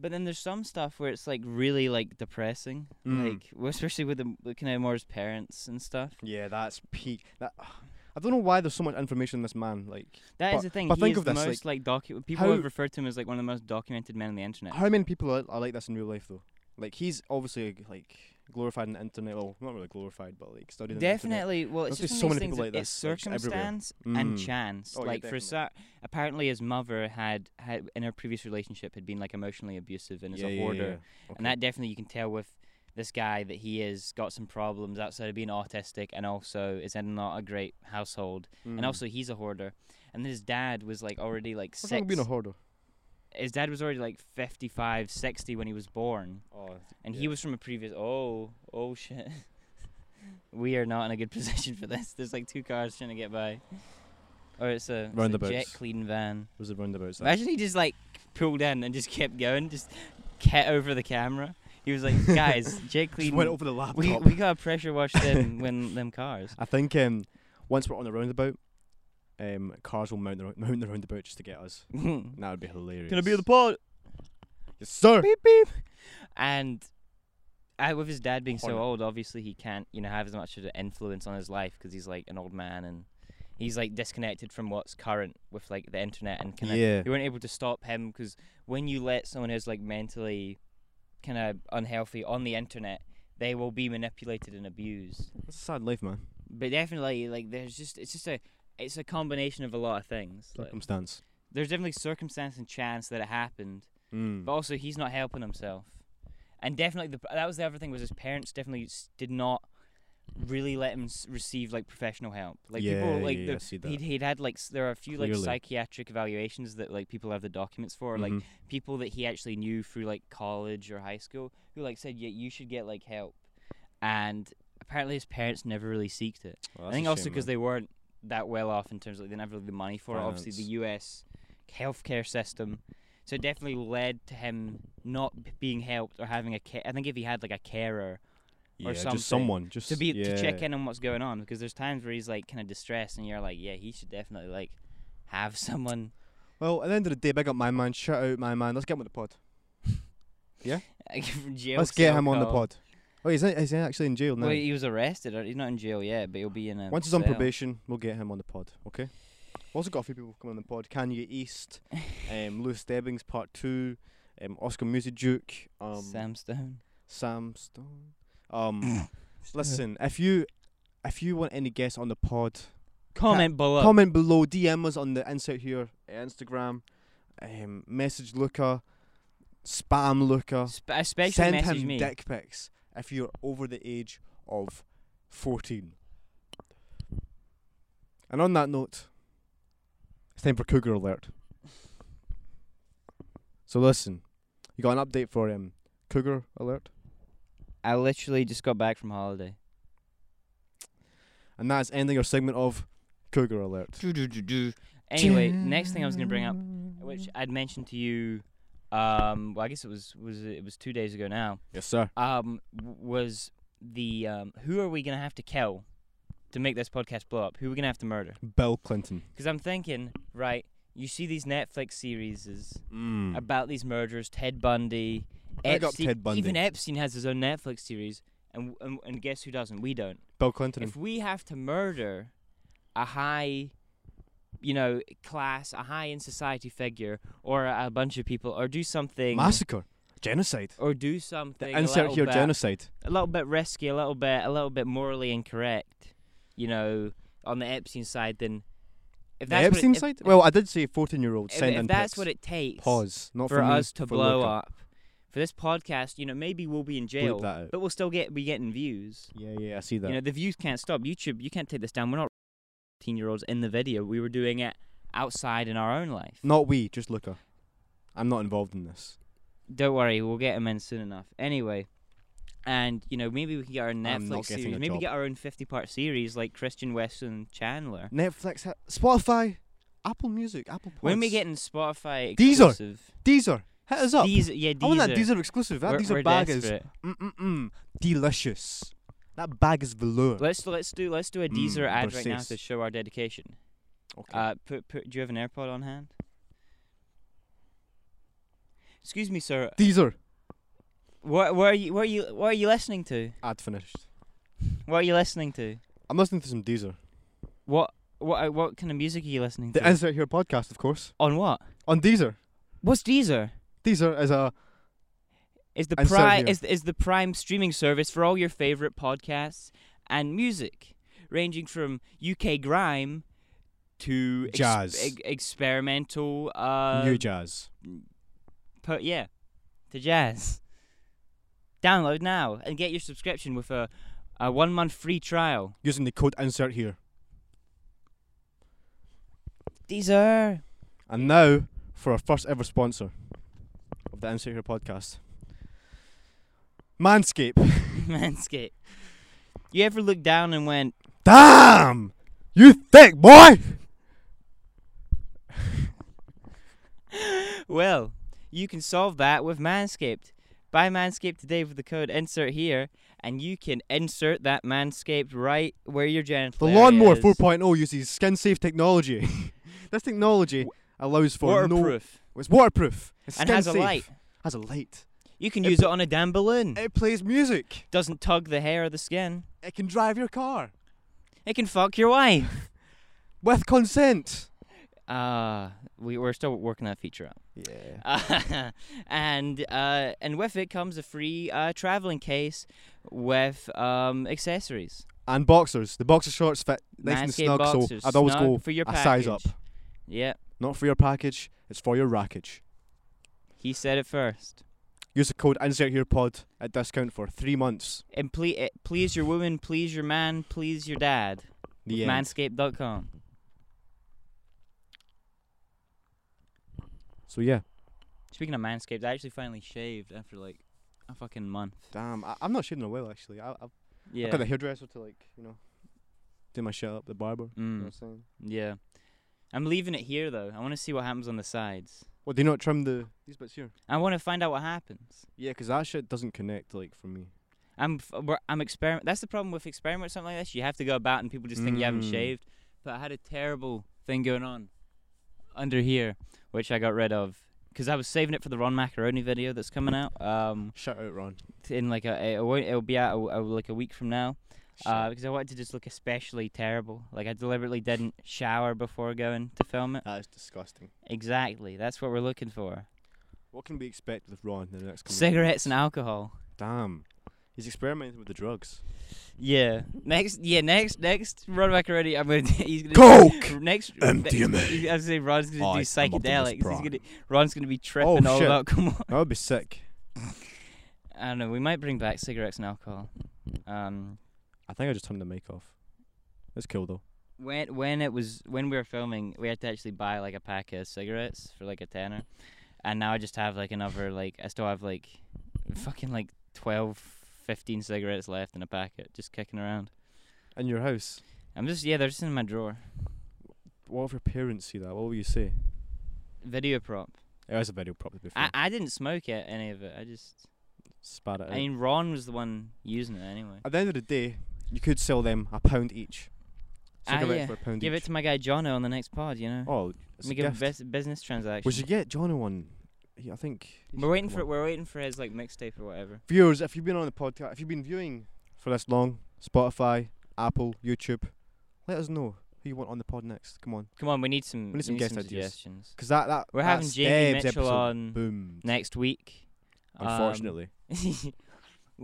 A: but then there's some stuff where it's like really like depressing
B: Mm.
A: like well, especially with the with Kenneth Moore's parents and stuff
B: Yeah, that's peak. That I don't know why there's so much information in this man. Like,
A: That is
B: But-
A: the thing
B: but
A: he
B: think
A: is
B: of
A: the
B: this,
A: most like, docu- people have
B: how-
A: referred to him as like one of the most documented men on the internet
B: how many people are, are like this in real life though? Like, he's obviously like glorified in the internet. Well, not really glorified, but like studied.
A: Definitely. Well, it's
B: There's
A: just
B: just
A: one
B: so
A: of these
B: many
A: things
B: people
A: of-
B: like
A: it's
B: this, like, just everywhere.
A: circumstance and
B: Mm.
A: chance.
B: Oh, yeah,
A: like for
B: definitely.
A: cer- apparently his mother had, had in her previous relationship had been like emotionally abusive and
B: The
A: is
B: internet.
A: a hoarder, and that definitely you can tell with this guy that he has got some problems outside of being autistic and also is in not a great household. and
B: Mm. Hmm.
A: also he's a hoarder. And then his dad was like already like
B: what's wrong
A: six.
B: with being a hoarder?
A: his dad was already like 55, 60 when he was born,
B: Oh,
A: and he
B: Yeah.
A: was from a previous. Oh, oh shit. we are not in a good position for this. There's like two cars trying to get by, or it's a, it's a
B: Roundabouts.
A: jet clean van.
B: was it roundabouts? that?
A: Imagine he just like pulled in and just kept going, just cat over the camera. He was like, guys, jet
B: Just
A: clean.
B: went over the laptop.
A: we we gotta pressure wash them when them cars.
B: I think um, once we're on the roundabout, um, cars will mount the, rou- mount the roundabout just to get us.
A: Gonna
B: And that would be hilarious.
A: be in the pod.
B: yes, sir.
A: beep beep. And uh, with his dad being so
B: Hornet.
A: old, obviously he can't, you know, have as much of an influence on his life because he's like an old man and he's like disconnected from what's current with like the internet and kind of
B: Yeah.
A: you weren't able to stop him because when you let someone who's like mentally kind of unhealthy on the internet, they will be manipulated and abused.
B: That's a sad life, man.
A: But definitely, like, there's just it's just a it's a combination of a lot of things. Like,
B: Circumstance.
A: there's definitely circumstance and chance that it happened,
B: Mm.
A: but also he's not helping himself and definitely the, that was the other thing was his parents definitely s- did not really let him s- receive like professional help like
B: Yeah,
A: people like
B: yeah,
A: the,
B: yeah, I see that.
A: He'd, he'd had like s- there are a few like
B: Clearly.
A: psychiatric evaluations that like people have the documents for like
B: Mhm.
A: people that he actually knew through like college or high school who like said yeah you should get like help and apparently his parents never really seeked it
B: Well,
A: I
B: that's
A: think
B: a
A: also
B: shame,
A: because
B: man.
A: they weren't that well off in terms of like, they never really the money for it. Obviously,
B: Finance.
A: the U.S. healthcare system, so it definitely led to him not b- being helped or having a. Ca- I think if he had like a carer
B: yeah,
A: or something.
B: just someone just
A: to be
B: yeah.
A: to check in on what's going on, because there's times where he's like kind of distressed, and you're like, yeah, he should definitely like have someone.
B: Well, at the end of the day, big up my man. Shout out my man. Let's get him on the pod.
A: Like, from jail
B: Let's get
A: cell
B: him on the
A: call.
B: pod. Oh, he's, in- he's in- actually in jail now.
A: Well, he was arrested. Or he's not in jail yet, but he'll be in a.
B: Once he's on
A: cell.
B: probation, we'll get him on the pod. Okay. We've also got a few people coming on the pod. Kanye East, um, Lewis Debbings Part Two, um, Oscar Music Duke, um,
A: Sam Stone.
B: Sam Stone. Um, Listen, if you if you want any guests on the pod,
A: Comment below.
B: comment below, DM us on the insert here, uh, Instagram, um, message Luca, spam Luca,
A: Spe- especially
B: send
A: message
B: him
A: me.
B: dick pics if you're over the age of fourteen. And on that note, it's time for Cougar Alert. So listen, you got an update for um, Cougar Alert,
A: I literally just got back from holiday.
B: and that's ending our segment of Cougar Alert.
A: Anyway, next thing I was gonna bring up, which I'd mentioned to you, um, well, I guess it was was it was two days ago now.
B: Yes, sir.
A: Um, w- was the um, who are we gonna have to kill to make this podcast blow up? Who are we gonna have to murder?
B: Bill Clinton.
A: Because I'm thinking, right? You see these Netflix series
B: Mm.
A: about these murders, Ted Bundy,
B: Big up
A: Epstein.
B: Ted Bundy.
A: Even Epstein has his own Netflix series, and and, and guess who doesn't? We don't.
B: Bill Clinton.
A: if we have to murder a high you know class a high in society figure or a bunch of people or do something
B: Massacre. Genocide.
A: or do something a
B: Insert
A: little
B: here
A: bit,
B: genocide.
A: a little bit risky a little bit a little bit morally incorrect you know on the epstein side then if
B: The
A: that's
B: Epstein
A: what it,
B: side?
A: if,
B: well, I did say 14 year old
A: if,
B: send
A: if,
B: in
A: that's
B: pics.
A: what it takes
B: Pause. Not
A: for,
B: me,
A: us to
B: for
A: blow
B: Luca.
A: up for this podcast you know maybe we'll be in jail
B: that out.
A: but we'll still get be getting views
B: Yeah, yeah, I see that.
A: You know, the views can't stop. YouTube, you can't take this down. We're not 15 year olds in the video. We were doing it outside in our own life.
B: not we, just Luca. I'm not involved in this.
A: Don't worry, we'll get them in soon enough. Anyway, and, you know, maybe we can get our own
B: I'm not
A: Netflix
B: getting
A: series.
B: a
A: Maybe
B: job.
A: get our own 50 part series like Christian Weston Chandler.
B: Netflix, ha- Spotify, Apple Music, Apple Pods.
A: When we get in Spotify
B: Deezer.
A: exclusive.
B: Deezer. Hit us up.
A: Deezer. Yeah, Deezer.
B: I want that Deezer exclusive. That
A: We're-
B: Deezer
A: we're
B: bag
A: desperate.
B: is mm-mm-mm, delicious. That bag is velour.
A: Let's let's do let's do a
B: Mm,
A: Deezer ad right now
B: precise.
A: to show our dedication.
B: okay.
A: Uh, put, put, do you have an AirPod on hand? Excuse me, sir.
B: Deezer.
A: What, what are you? What are you? What are you listening to?
B: Ad finished.
A: What are you listening to?
B: I'm listening to some Deezer.
A: What? What? uh, What kind of music are you listening to?
B: The Insert Here podcast, of course.
A: On what?
B: On Deezer.
A: What's Deezer?
B: Deezer is a
A: Is the
B: And so
A: prime
B: here.
A: is is the prime streaming service for all your favorite podcasts and music, ranging from UK grime to ex-
B: Jazz.
A: ex- experimental. Uh,
B: new jazz.
A: per- yeah, to jazz. Download now and get your subscription with a, a one month free trial.
B: Using the code Insert Here.
A: Deezer.
B: And now for our first ever sponsor of the Insert Here podcast Manscaped.
A: Manscaped. You ever looked down and went,
B: Damn! You thick boy!
A: well, you can solve that with Manscaped. Buy Manscaped today with the code insert here, and you can insert that Manscaped right where your
B: The
A: genital area
B: Lawnmower
A: is.
B: 4.0 uses skin safe technology. this technology allows for no.
A: Waterproof.
B: It's waterproof. It's
A: and has a
B: skin-safe.
A: light.
B: Has a light.
A: You can
B: It
A: use it on a damn balloon.
B: It plays music.
A: Doesn't tug the hair or the skin.
B: It can drive your car
A: It can fuck your wife.
B: with consent.
A: Uh, we, we're still working that feature out.
B: Yeah.
A: Uh, and uh, and with it comes a free uh, traveling case with um, accessories.
B: And boxers. The boxer shorts fit nice and
A: Manscaped
B: snug,
A: boxers,
B: so I'd always
A: snug
B: go
A: for your
B: a size up.
A: package. Yeah,
B: Not for your package, it's for your rackage.
A: he said it first.
B: Use the code insert here pod at discount for three months.
A: And ple- eh, please your woman, please your man, please your dad.
B: The end.
A: Manscaped.com.
B: so yeah.
A: Speaking of Manscaped, I actually finally shaved after like a fucking month.
B: Damn, I, I'm not shaving a while actually. I, I've
A: Yeah.
B: I've got a hairdresser to like you know do my shit up the barber. You know what I'm
A: mm,
B: saying?
A: yeah. I'm leaving it here though. I want to see what happens on the sides.
B: Well, do you not trim the these bits here?
A: I want to find out what happens.
B: Yeah, 'cause that shit doesn't connect like for me.
A: I'm f- we're- I'm experiment. That's the problem with experiment or something like this. You have to go about and people just think you haven't
B: Mm.
A: shaved. But I had a terrible thing going on under here, which I got rid of because I was saving it for the Ron Macaroni video that's coming out. Um,
B: Shut out, Ron.
A: t- in like a it won't, it'll be out a, a- like a week from now. Uh,
B: Shit.
A: because I wanted to just look especially terrible. Like I deliberately didn't shower before going to film it.
B: that is disgusting.
A: Exactly. That's what we're looking for.
B: What can we expect with Ron in the next? coming
A: Cigarettes and alcohol.
B: Damn. He's experimenting with the drugs.
A: Yeah. Next. Yeah. Next. Next. Rod Macaroni. I'm gonna. He's gonna.
B: Coke!
A: Next.
B: MDMA.
A: I was saying Ron's gonna
B: Oh, I am
A: do psychedelics. He's
B: Optimus
A: gonna. Ron's gonna be tripping all
B: Oh, shit.
A: about. Come on.
B: That would be sick.
A: I don't know. We might bring back cigarettes and alcohol. Um.
B: I think I just turned the mic off. It's cool though.
A: When when it was when we were filming, we had to actually buy like a pack of cigarettes for like a tenner, and now I just have like another like I still have like fucking like 12, 15 cigarettes left in a packet just kicking around.
B: In your house,
A: I'm just yeah, they're just in my drawer.
B: what if your parents see that? What will you say?
A: Video prop.
B: It was a video prop to be fair.
A: I, I didn't smoke it any of it. I just
B: Spat it out.
A: I mean Ron was the one using it anyway.
B: At the end of the day, you could sell them a pound each.
A: Ah,
B: Cigarettes
A: yeah.
B: for a pound
A: Give
B: each.
A: it to my guy Jono on the next pod, you know.
B: Oh, it's a
A: Make a
B: gift.
A: bus- business transaction.
B: We should get John a one. He- I think he
A: we're
B: should
A: waiting
B: come
A: for
B: on.
A: we're waiting for his like mixtape or whatever.
B: viewers. If you've been on the podcast, if you've been viewing for this long, Spotify, Apple, YouTube, let us know who you want on the pod next. Come on,
A: Come on, we need some,
B: We need some guest ideas.
A: suggestions.
B: because that that
A: We're
B: that
A: having Jamie
B: Stabs
A: Mitchell
B: episode
A: on
B: Boom.
A: next week. Um,
B: Unfortunately,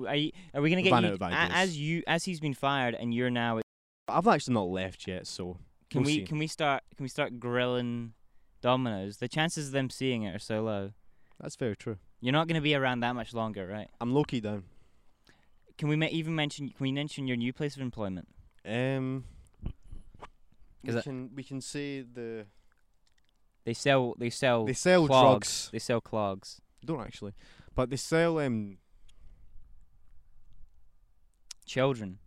A: are, you, are we gonna
B: We
A: get
B: ran
A: you,
B: out of
A: a-
B: ideas.
A: as you as he's been fired and you're now?
B: I've actually not left yet, so
A: Can
B: We'll
A: we
B: see.
A: can we start can we start grilling Dominoes? The chances of them seeing it are so low.
B: that's very true.
A: You're not gonna be around that much longer, right?
B: I'm low key down.
A: Can we ma- even mention? Can we mention your new place of employment?
B: Um,
A: Is
B: we
A: that-
B: can we can say the
A: They sell. They sell.
B: they sell
A: clogs.
B: drugs.
A: They sell clogs.
B: Don't actually, but they sell um
A: Children.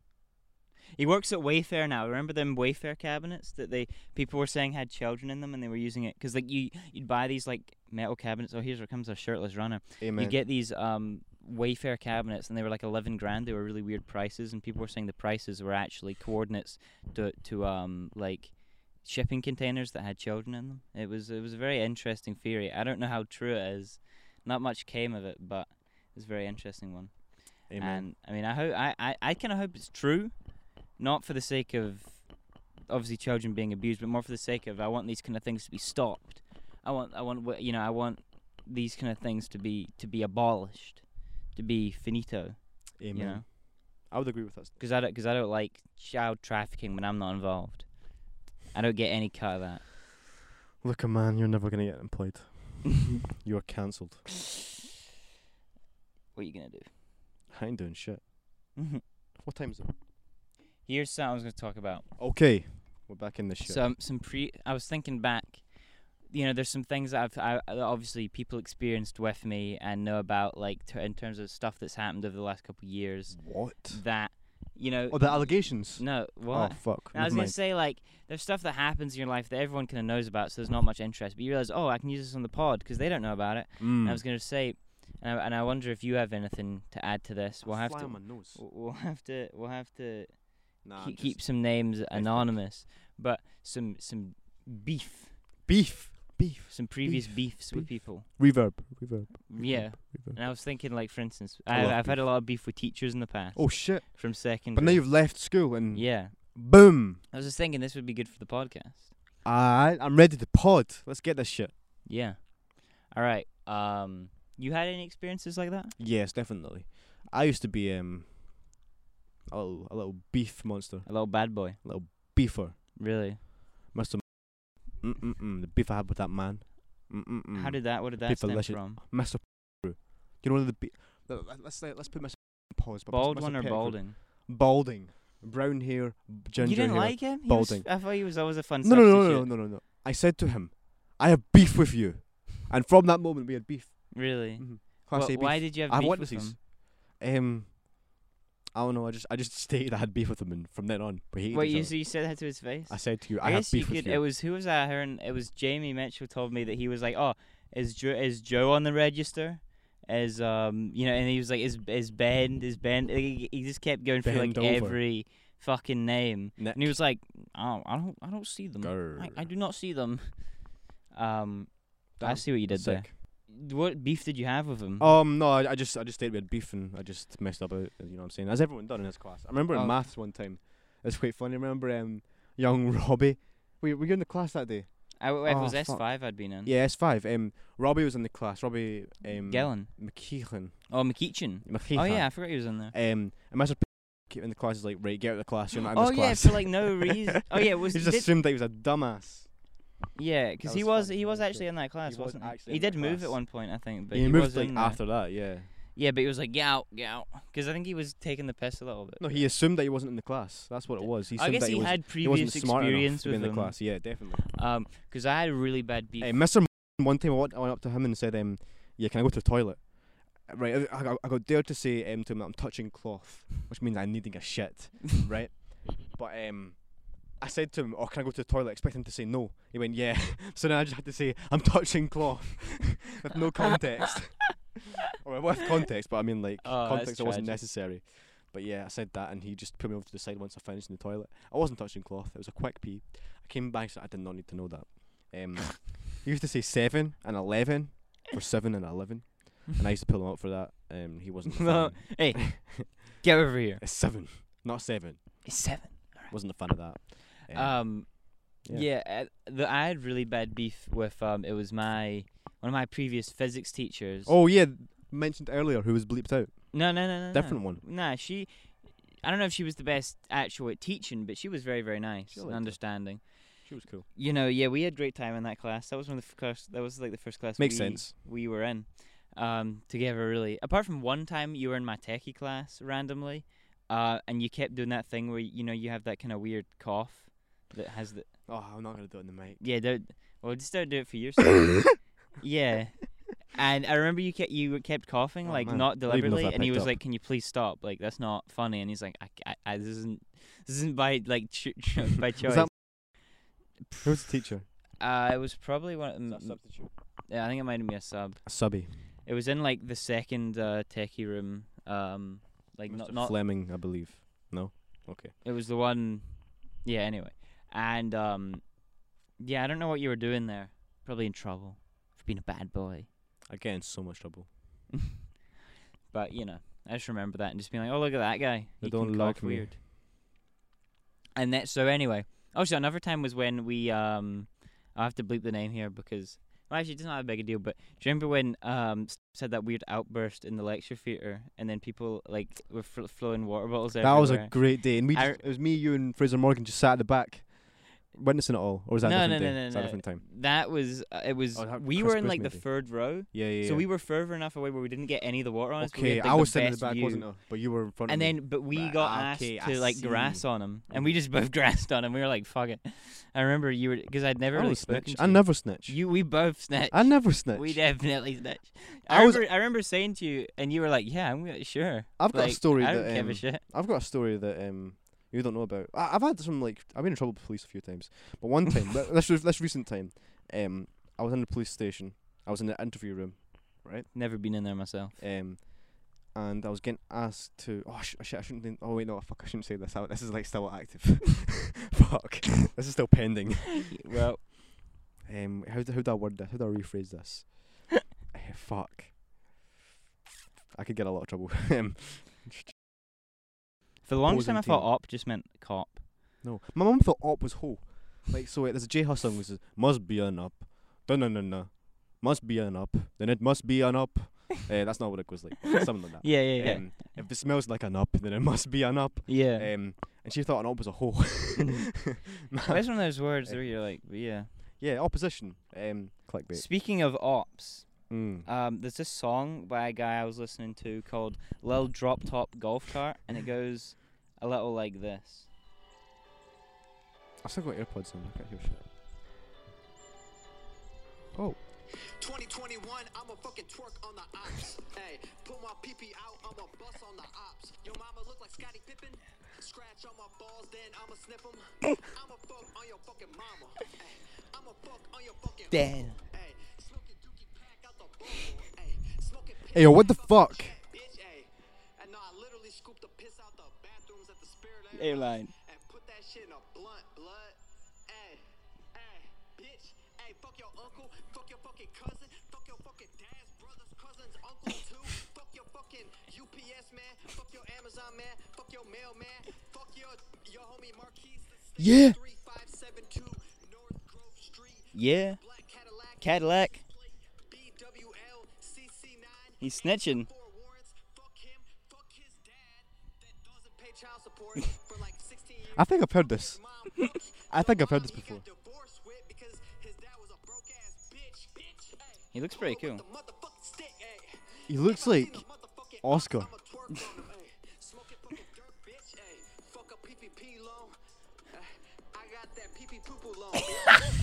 A: He works at Wayfair now. Remember them Wayfair cabinets that they people were saying had children in them, and they were using it because like you you'd buy these like metal cabinets. Oh, here's where comes a shirtless runner.
B: amen.
A: You get these um Wayfair cabinets, and they were like eleven grand. They were really weird prices, and people were saying the prices were actually coordinates to to um like shipping containers that had children in them. It was it was a very interesting theory. I don't know how true it is. Not much came of it, but it's a very interesting one.
B: amen.
A: And I mean, I hope I I, I kind of hope it's true, not for the sake of obviously children being abused, but more for the sake of I want these kind of things to be stopped. I want I want wh- you know I want these kind of things to be to be abolished, to be finito.
B: amen.
A: You know,
B: I would agree with that.
A: because I don't because I don't like child trafficking when I'm not involved. I don't get any cut of that.
B: Look, a man, you're never gonna get employed. You're cancelled.
A: what are you gonna do?
B: I ain't doing shit. What time is it?
A: Here's something I was gonna talk about.
B: Okay, we're back in the shit.
A: Some some pre. I was thinking back. You know, there's some things that I've I, that obviously people experienced with me and know about, like t- in terms of stuff that's happened over the last couple of years.
B: what?
A: That you know.
B: Oh, the allegations.
A: No, what?
B: Oh fuck.
A: I was
B: never
A: gonna
B: mind.
A: say like there's stuff that happens in your life that everyone kind of knows about, so there's not much interest. But you realize, oh, I can use this on the pod because they don't know about it. And
B: Mm.
A: I was gonna say, and I, and I wonder if you have anything to add to this. We'll have
B: Fly
A: to.
B: on my nose.
A: we'll- We'll have to. We'll have to
B: Nah,
A: keep,
B: Uh, just
A: keep some names
B: think-
A: anonymous, but some some beef,
B: beef. Beef.
A: some previous
B: Beef,
A: beefs with
B: beef.
A: people.
B: Reverb. Reverb.
A: Yeah,
B: Reverb.
A: and I was thinking, like for instance,
B: I
A: I
B: love
A: I, have had a lot of beef with teachers in the past
B: Oh shit.
A: from second.
B: But now you've left school and
A: yeah,
B: boom.
A: I was just thinking this would be good for the podcast.
B: I I'm ready to pod. Let's get this shit.
A: Yeah. All right. Um, you had any experiences like that?
B: Yes, definitely. I used to be um a little, a little beef monster,
A: A little bad boy,
B: a little beefer,
A: really?
B: Mister. Mm mm mm. The beef I had with that man. Mm mm mm.
A: How did that? What did that
B: Beef
A: stem
B: delicious.
A: from?
B: Mr. Pettigrew. You know the be- le- le- let's say, let's put Mr. Pause. But
A: Bald
B: Mr.
A: one or
B: Pettigrew-
A: balding?
B: Balding, brown hair, b- ginger
A: you didn't
B: hair.
A: like him? He was-
B: balding.
A: I thought he was always a fun.
B: no, no, no, no,
A: substitute.
B: no, no, no. I said to him, "I have beef with you," and from that moment we had beef.
A: Really?
B: Mhm.
A: Wha-
B: Class A beef.
A: why did you have
B: I have
A: beef with
B: witnesses.
A: him?
B: Um, I don't know. I just, I just stated I had beef with him, and from then on we hated
A: Wait,
B: each
A: you,
B: other.
A: so you said that to his face?
B: I said to you,
A: I
B: "I, have
A: guess you
B: beef with
A: could.
B: you."
A: It was who was that? Her and it was Jamie Mitchell told me that he was like, oh, is Joe is Joe on the register? As um, you know, and he was like, is is Ben? Is Ben? He, he just kept going through like
B: Bend over.
A: every fucking name,
B: Nick
A: and he was like, oh, I don't, I don't see them. I,
B: Grr.
A: I do not see them. Um, I
B: Damn,
A: see what you did Hmm.
B: sick.
A: there. What beef did you have with him?
B: Um, no, I, I just, I just stated we had beef, and I just messed up. Out, you know what I'm saying? As everyone done in this class. I remember
A: Oh.
B: in maths one time. It's quite funny. I remember um, young Robbie. We were you in the class that day?
A: I, w- if it
B: Oh,
A: was
B: fuck.
A: S5, I'd been in.
B: Yeah, S five. Um, Robbie was in the class. Robbie um,
A: Gellin.
B: McKeehan.
A: Oh, McEachin.
B: McKeehan.
A: Oh, yeah, I forgot he was in there.
B: Um, and Mr. P in the class is like, right, get out of the class. You're not in
A: oh,
B: this
A: yeah,
B: class.
A: for like no reason. Oh, yeah, was
B: he
A: he
B: just
A: did,
B: assumed that he was a dumbass.
A: Yeah, because
B: That
A: he
B: was
A: was
B: funny,
A: he was
B: yeah,
A: actually
B: sure.
A: in that class,
B: was
A: wasn't he?
B: actually
A: He
B: in that
A: did move
B: class.
A: at one point, I think, but
B: he,
A: he,
B: moved
A: was
B: like
A: in there.
B: after that. Yeah.
A: Yeah, but he was like, get out, get out. Because I think he was taking the piss a little bit.
B: No, he assumed that he wasn't in the class. That's what it was. He
A: I
B: assumed
A: guess
B: that
A: he,
B: was,
A: had
B: he wasn't
A: previous
B: smart enough
A: experience
B: to be
A: with
B: in the
A: them.
B: class. Yeah, definitely.
A: Um, because I had a really bad beef.
B: Hey, Mr. One time I went, I went up to him and said, um, "Yeah, can I go to the toilet?" Right, I, I, got- I got dared to say um, to him that I'm touching cloth, which means I'm needing a shit, right? But um, I said to him, "Oh, can I go to the toilet?" Expecting him to say no. He went, "Yeah." So then I just had to say, "I'm touching cloth," with no context, or with context, but I mean like
A: Oh, that's
B: context that wasn't
A: tragic.
B: necessary. But yeah, I said that, and he just put me over to the side once I finished in the toilet. I wasn't touching cloth; it was a quick pee. I came back, so I did not need to know that. Um, he used to say seven and eleven for seven and eleven, and I used to pull him up for that. Um, he wasn't. a
A: No.
B: fan.
A: hey, get over here.
B: it's seven, not seven.
A: It's seven.
B: Wasn't a fan of that. Um,
A: Um,
B: Yeah.
A: yeah, I, the, I had really bad beef with um. It was my one of my previous physics teachers.
B: oh yeah, mentioned earlier who was bleeped out.
A: no, no, no, no,
B: Different one.
A: No. Nah, she. I don't know if she was the best actual at teaching, but she was very, very nice
B: She
A: and
B: liked it.
A: understanding.
B: She was cool.
A: You know, yeah, we had great time in that class. That was one of the f- class. That was like the first class.
B: Makes
A: we,
B: sense.
A: We were in um, together, really. Apart from one time, you were in my techie class randomly, uh, and you kept doing that thing where you know you have that kind of weird cough that has the
B: Oh, I'm not gonna do it in the mic.
A: Yeah, don't. Well, just don't do it for yourself. yeah, and I remember you kept you kept coughing
B: Oh,
A: like
B: man.
A: not
B: I don't even know if
A: deliberately,
B: I
A: and he
B: picked
A: was
B: up.
A: like, "Can you please stop? Like that's not funny." And he's like, "I, I, I this isn't this isn't by like cho- cho- by choice."
B: Was that who was the teacher?
A: uh, it was probably one. mm,
B: substitute.
A: yeah, I think it might have been a sub.
B: A subby.
A: It was in like the second uh, techie room. Um, like
B: Mr.
A: not not
B: Fleming, I believe. No. Okay.
A: It was the one. Yeah. Anyway, and um, yeah, I don't know what you were doing there. Probably in trouble for being a bad boy.
B: I get in so much trouble.
A: but you know, I just remember that and just being like, oh look at that guy.
B: They
A: He
B: don't
A: can
B: like
A: cough
B: me.
A: Weird. And that so anyway. Also, another time was when we um, I have to bleep the name here because well, actually, it's not that big a deal. But do you remember when um said that weird outburst in the lecture theater, and then people like were fl- flowing water bottles
B: That was a
A: everywhere?
B: great day, and we
A: I
B: just, it was me, you, and Fraser Morgan just sat at the back, witnessing it all. Or was that a
A: No,
B: different
A: no,
B: day?
A: no, no,
B: was that a
A: no.
B: different time?
A: That was uh, it was
B: Oh, that
A: we
B: Chris
A: were in
B: Bush
A: like the
B: maybe.
A: third row,
B: Yeah, yeah.
A: so
B: yeah.
A: we were further enough away where we didn't get any of the water on us. but we
B: Okay,
A: had, like,
B: I was
A: the
B: sitting in
A: best
B: the back,
A: view.
B: wasn't I? But you were in front
A: And
B: of me.
A: then, but we
B: Right,
A: got
B: okay,
A: asked
B: I
A: to like grass
B: see. Mm-hmm.
A: on him, and we just both grassed on him. We were like, "Fuck it." I remember you were because I'd never
B: I
A: really
B: was
A: spoken
B: snitch.
A: to
B: I
A: you.
B: never snitch.
A: You, we both snitched.
B: I never snitch.
A: We definitely snitched. I,
B: I was-
A: remember, I remember saying to you, and you were like, "Yeah, I'm gonna, sure."
B: I've got a
A: Like,
B: story
A: I don't
B: that,
A: give a
B: um,
A: shit.
B: I've got a story that um you don't know about. I, I've had some like I've been in trouble with police a few times, but one time, th- this was- this recent time, um I was in the police station. I was in the interview room,
A: Never been in there myself.
B: um, and I was getting asked to. Oh sh- shit! I shouldn't. think- Oh wait, no, fuck! I shouldn't say this. out. This is like still active. fuck! This is still pending.
A: well,
B: Um, how do, how do I word this? How do I rephrase this? Eh, fuck. I could get a lot of trouble. um,
A: for the longest time, I
B: Opposing
A: thought
B: team.
A: op just meant cop.
B: no, my mum thought op was ho. Like so, wait, there's a J Hus song which says must be an up, no no no no, must be an up, then it must be an up. Eh, that's not what it goes like. but Something like that.
A: Yeah, yeah, yeah,
B: Um, if it smells like an up, then it must be an up.
A: yeah. Mm-hmm.
B: Um, and she thought an op was a hoe.
A: Well, That's one of those words
B: Eh.
A: where you're like, yeah.
B: yeah, opposition. Um, clickbait.
A: Speaking of ops,
B: Mm.
A: Um, there's this song by a guy I was listening to called Lil Drop Top Golf Cart, and it goes a little like this.
B: I've still got AirPods in. I can't hear shit. Oh,
D: 2021, I'm a fucking twerk on the ops. Hey, put my PP out, I'm a bust on the ops. Your mama look like Scottie Pippen. Scratch on my balls, then I'ma snip 'em. I'ma fuck on your fucking mama. Hey, I'ma fuck on your fucking
A: Damn.
D: Hey, smoke a dookie pack out the bottle. Hey, smoke a
B: Ayo, what the
D: pack out
B: fuck?
D: jet, Bitch, hey. And no, I literally scooped the piss out the bathrooms at the spirit
A: Airline.
D: and put that shit in a blunt, blood. Hey, hey, bitch. Hey, fuck your uncle, fuck your fucking cousin, fuck your fucking dad's brother's cousin's uncle too. fuck your fucking UPS man, fuck your Amazon man, fuck your mailman, fuck your your homie Marquise.
B: Yeah.
D: Three five seven two North Grove Street.
A: Yeah.
D: Black Cadillac,
A: Cadillac.
D: BWL, CC9,
A: He's snitching.
D: four warrants. Fuck him, fuck his dad that doesn't pay child support for like 16 years.
B: I think I've heard this.
D: Mom, fuck
B: I think I've heard this
D: he
B: before.
D: got divorced with because his dad was a broke ass bitch. Bitch, hey.
A: He looks pretty cool.
D: The motherfucking stick, hey.
B: He looks like
D: Motherfucking
B: Oscar.
D: I'ma twerk on him, ayy. Smoking fucking dirt, bitch, ayy. Fuck a PPP loan. Uh, I got that PP poo poo loan. bitch.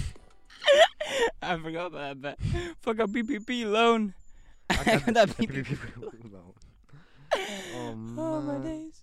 A: I forgot about that bit. Fuck a PPP loan. I got that PPP.
B: oh,
A: Oh my
B: man.
A: days.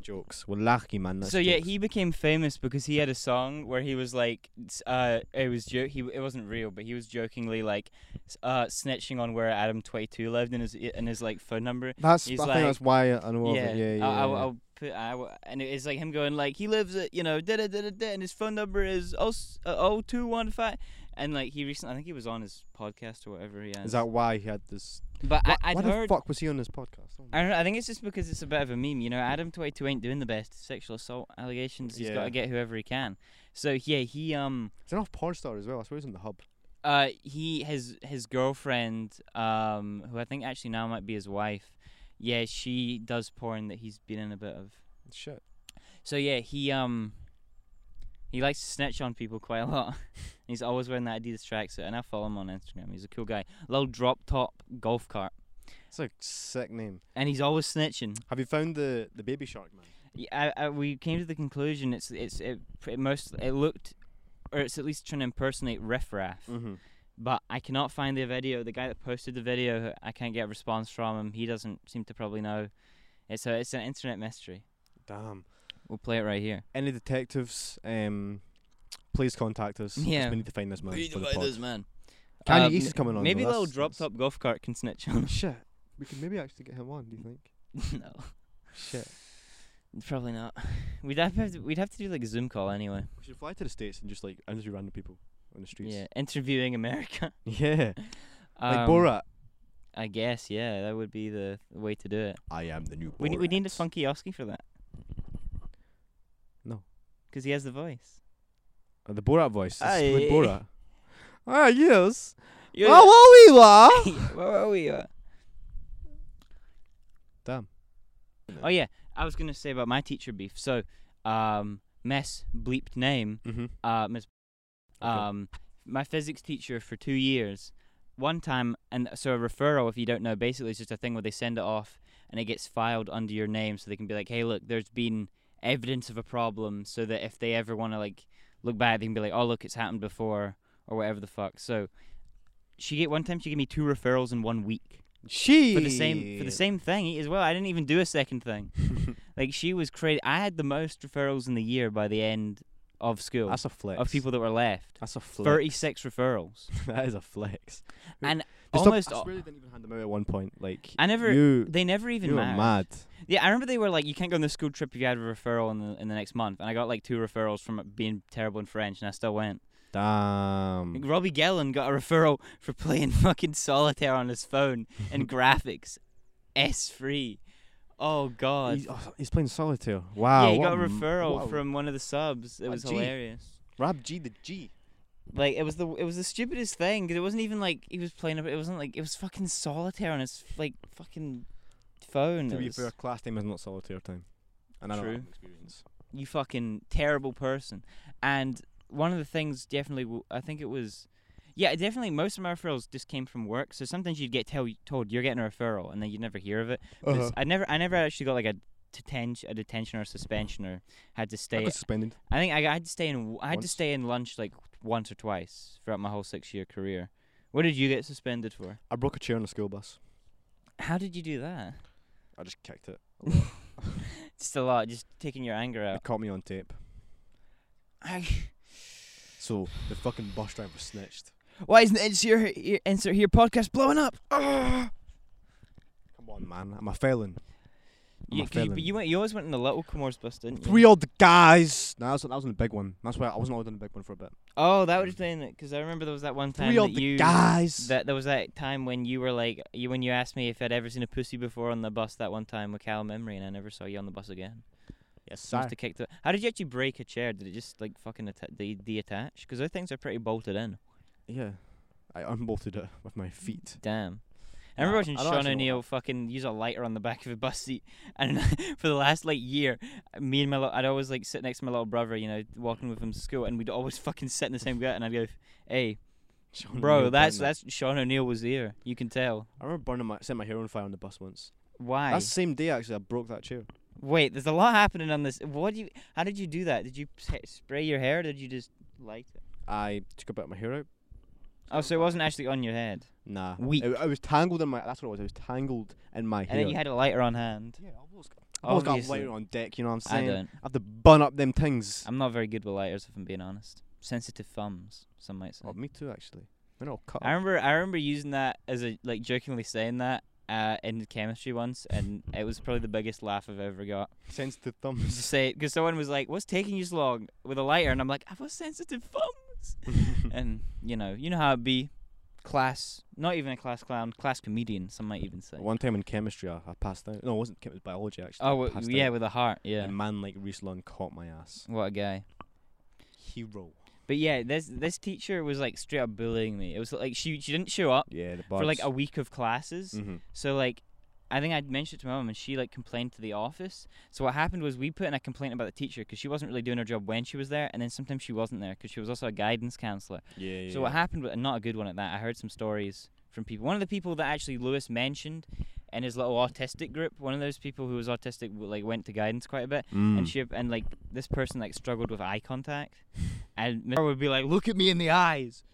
B: Jokes. Wallahi, man. That's
A: so yeah,
B: jokes.
A: he became famous because he had a song where he was like, s- uh, it was jo- he it wasn't real, but he was jokingly like, s- uh, snitching on where Adam Twenty Two lived and his and his like phone number.
B: That's.
A: he's
B: I think that's why I know
A: yeah,
B: of it. Yeah,
A: I'll,
B: yeah.
A: I'll,
B: yeah.
A: I'll put, I w- and it's like him going like he lives at you know da da da da da, and his phone number is oh oh two one five, and like he recently I think he was on his podcast or whatever he has.
B: Is that why he had this?
A: But I, I'd
B: why
A: heard.
B: the fuck was he on this podcast? Oh my-
A: I don't know. I think it's just because it's a bit of a meme. You know, Adam Twenty Two ain't doing the best sexual assault allegations. He's got
B: Yeah.
A: to get whoever he can. So yeah, he um
B: He's an off porn star as well. I swear he's on the hub.
A: uh he his his girlfriend um who I think actually now might be his wife. Yeah, she does porn that he's been in a bit of.
B: Shit.
A: So yeah, he um he likes to snitch on people quite a lot. he's always wearing that Adidas tracksuit, and I follow him on Instagram. He's a cool guy. Little drop top golf cart,
B: It's a sick name.
A: and he's always snitching.
B: Have you found the the baby shark man?
A: Yeah, I, I, we came to the conclusion it's it's it, it most it looked, or it's at least trying to impersonate Riff Raff.
B: Mm-hmm.
A: But I cannot find the video. The guy that posted the video, I can't get a response from him. He doesn't seem to probably know. It's a it's an internet mystery.
B: Damn.
A: We'll play it right here.
B: Any detectives? Um, please contact us. 'cause
A: Yeah.
B: We need to find this man. for the pod.
A: man.
B: Kanye East is coming on,
A: Um, Maybe
B: though,
A: little
B: that's-
A: drop
B: that's-
A: top golf cart can snitch on.
B: Shit. We could maybe actually get him on. Do you think?
A: no,
B: Shit.
A: probably not. We'd have to, we'd have to do like a Zoom call anyway.
B: We should fly to the states and just like interview random people on the streets.
A: Yeah, interviewing America.
B: Yeah. Like
A: Um,
B: Borat.
A: I guess yeah, that would be the the way to do it.
B: I am the new.
A: We, ne- we need a
B: Borat.
A: funky Oski for that.
B: No.
A: Because he has the voice.
B: Uh, the Borat voice. It's
A: Aye.
B: like Borat. Ah yes.
A: Yeah.
B: Oh, we were.
A: Where are we? uh?
B: Damn.
A: Oh, yeah. I was going to say about my teacher beef. So, um, Miss Bleeped Name,
B: Mhm.
A: uh, Miss.
B: Okay.
A: Um, my physics teacher for two years. One time, and so a referral, if you don't know, basically it's just a thing where they send it off and it gets filed under your name so they can be like, hey, look, there's been evidence of a problem so that if they ever want to, like, look back, they can be like, oh, look, it's happened before or whatever the fuck. So, she get one time she gave me two referrals in one week
B: She.
A: for the same for the same thing as well. I didn't even do a second thing. like she was crazy. I had the most referrals in the year by the end of school
B: That's a flex.
A: of people that were left.
B: That's a flex.
A: Thirty six referrals.
B: that is a flex.
A: And
B: They stopped-
A: almost
B: I
A: all-
B: swear they didn't even hand them out at one point. Like
A: I never-
B: You,
A: they never even
B: you
A: mattered.
B: are mad.
A: Yeah, I remember they were like, you can't go on the school trip if you had a referral in the in the next month, and I got like two referrals from it being terrible in French, and I still went. Like,
B: Damn.
A: Robbie Gellin got a referral for playing fucking solitaire on his phone and graphics, S free. Oh god.
B: He's, oh, he's playing solitaire. Wow. Ah,
A: yeah, he
B: what
A: got a
B: m-
A: referral
B: what a-
A: from one of the subs. It
B: a
A: was
B: G.
A: hilarious.
B: Rab G the G.
A: Like it was the it was the stupidest thing 'cause it wasn't even like he was playing. a- It wasn't like it was fucking solitaire on his like fucking phone.
B: To
A: It
B: be
A: was-
B: fair, class time is not solitaire time. And I don't
A: True.
B: have experience.
A: you fucking terrible person. And one of the things definitely, w- I think it was, yeah, definitely most of my referrals just came from work. So sometimes you'd get tell, told you're getting a referral, and then you'd never hear of it. 'Cause
B: Uh-huh.
A: I never, I never actually got like a detention, a detention or suspension, or had to
B: I
A: stay.
B: got suspended.
A: I think I, I had to stay in. w- I had to
B: Once.
A: stay in lunch like once or twice throughout my whole six-year career. What did you get suspended for?
B: I broke a chair on a school bus.
A: How did you do that?
B: I just kicked it.
A: Just a lot, just taking your anger
B: It
A: out.
B: caught me on tape. So the fucking bus driver snitched.
A: Why isn't the insert here, insert here podcast blowing up?
B: Come on, man. I'm a felon. I'm
A: You,
B: a
A: 'cause you,
B: felon.
A: but you went. You always went in the little Comores bus, didn't you?
B: Three old guys. Nah, that was, that was on the big one. That's why I wasn't allowed on the big one for a bit.
A: Oh, that would explain it. Because I remember there was that one time
B: Three
A: that
B: old
A: you
B: guys.
A: that there was that time when you were like you when you asked me if I'd ever seen a pussy before on the bus that one time with Callum Emery, and I never saw you on the bus again.
B: yes,
A: You must have kicked it. How did you actually break a chair? Did it just like fucking atta- de- deattach? Because those things are pretty bolted in.
B: Yeah. I unbolted it with my feet.
A: Damn. I
B: Nah,
A: remember watching
B: I don't actually
A: Sean
B: know what
A: O'Neill fucking use a lighter on the back of a bus seat, and for the last like year, me and my little, I'd always like sit next to my little brother, you know, walking with him to school, and we'd always fucking sit in the same gut, and I'd go, "Hey,
B: Sean O'Neill
A: bro,
B: burned
A: that's
B: it.
A: that's Sean O'Neill was there. You can tell
B: I remember burning my setting my hair on fire on the bus once.
A: why."
B: That same day actually I broke that chair.
A: Wait, there's a lot happening on this. What do you? How did you do that? Did you s- spray your hair? or Did you just light it?
B: I took a bit of my hair out.
A: Oh, so it wasn't actually on your head,
B: Nah.
A: Weak.
B: I, I was tangled in my that's what it was. I was tangled in my hair.
A: and then you had a lighter on hand.
B: yeah, I was I always got a
A: Obviously.
B: lighter on deck, you know what I'm
A: I
B: saying?
A: don't.
B: I have to bun up them things.
A: I'm not very good with lighters, if I'm being honest. Sensitive thumbs, some might say.
B: Oh, me too actually. They're all cut.
A: I remember I remember using that as a like jokingly saying that uh, in chemistry once, and it was probably the biggest laugh I've ever got.
B: sensitive
A: To
B: thumbs.
A: say because someone was like, "What's taking you so long with a lighter?" and I'm like, "I've got sensitive thumbs," and you know, you know how it be. Class, not even a class clown, class comedian. Some might even say.
B: One time in chemistry, I, I passed out. No, it wasn't chemistry, biology actually.
A: Oh,
B: I
A: w-
B: passed
A: yeah,
B: out.
A: with a heart. Yeah,
B: And man like Reese Lund caught my ass.
A: what a guy.
B: Hero.
A: But yeah, this this teacher was like straight up bullying me. It was like she she didn't show up
B: Yeah, the
A: for like a week of classes.
B: hmm
A: So like, I think I'd mentioned it to my mum, and she like complained to the office. So what happened was we put in a complaint about the teacher because she wasn't really doing her job when she was there, and then sometimes she wasn't there because she was also a guidance counselor.
B: Yeah, yeah.
A: So what happened? wa- Not a good one at that. I heard some stories from people. One of the people that actually Lewis mentioned in his little autistic group, one of those people who was autistic, w- like went to guidance quite a bit,
B: Mm. Hmm.
A: and she and like this person like struggled with eye contact, and Mr. would be like, "Look at me in the eyes,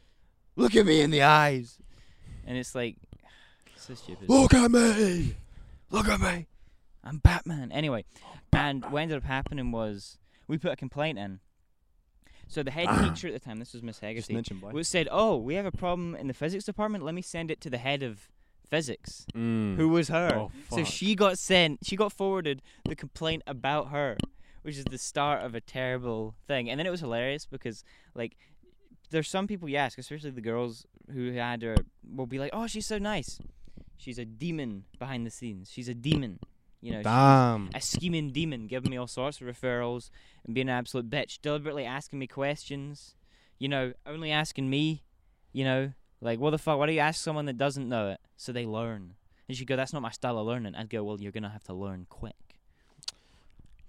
A: look at me in the eyes," and it's like, so stupid.
B: Look at me! Look at me!
A: I'm Batman. Anyway,
B: Oh,
A: and what ended up happening was we put a complaint in. So the head teacher at the time, this was Miss
B: Ah. Just
A: Haggerty,
B: mention boy.
A: was said, "Oh, we have a problem in the physics department. Let me send it to the head of physics,
B: Mm.
A: who was her."
B: Oh,
A: so
B: fuck.
A: she got sent. She got forwarded the complaint about her, which is the start of a terrible thing. And then it was hilarious because like. There's some people you ask, especially the girls who had her, will be like, "Oh, she's so nice. She's a demon behind the scenes. She's a demon, you know." she-
B: Damn.
A: a scheming demon giving me all sorts of referrals and being an absolute bitch, deliberately asking me questions, you know, only asking me, you know, like, what the fuck, why do you ask someone that doesn't know it? So they learn. And she'd go, that's not my style of learning. I'd go, well, you're going to have to learn quick.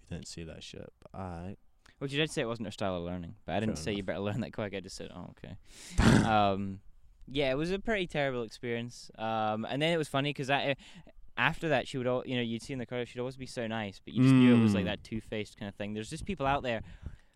B: You didn't say that shit, but alright.
A: Which you did say it wasn't her style of learning, but I didn't
B: Fair
A: say you
B: enough.
A: better learn that quick. I just said, oh, okay. um, yeah, it was a pretty terrible experience. Um, and then it was funny because that. after that, she would, all, you know, you'd see in the car, she'd always be so nice, but you just knew it was like
B: Mm.
A: that two-faced kind of thing. There's just people out there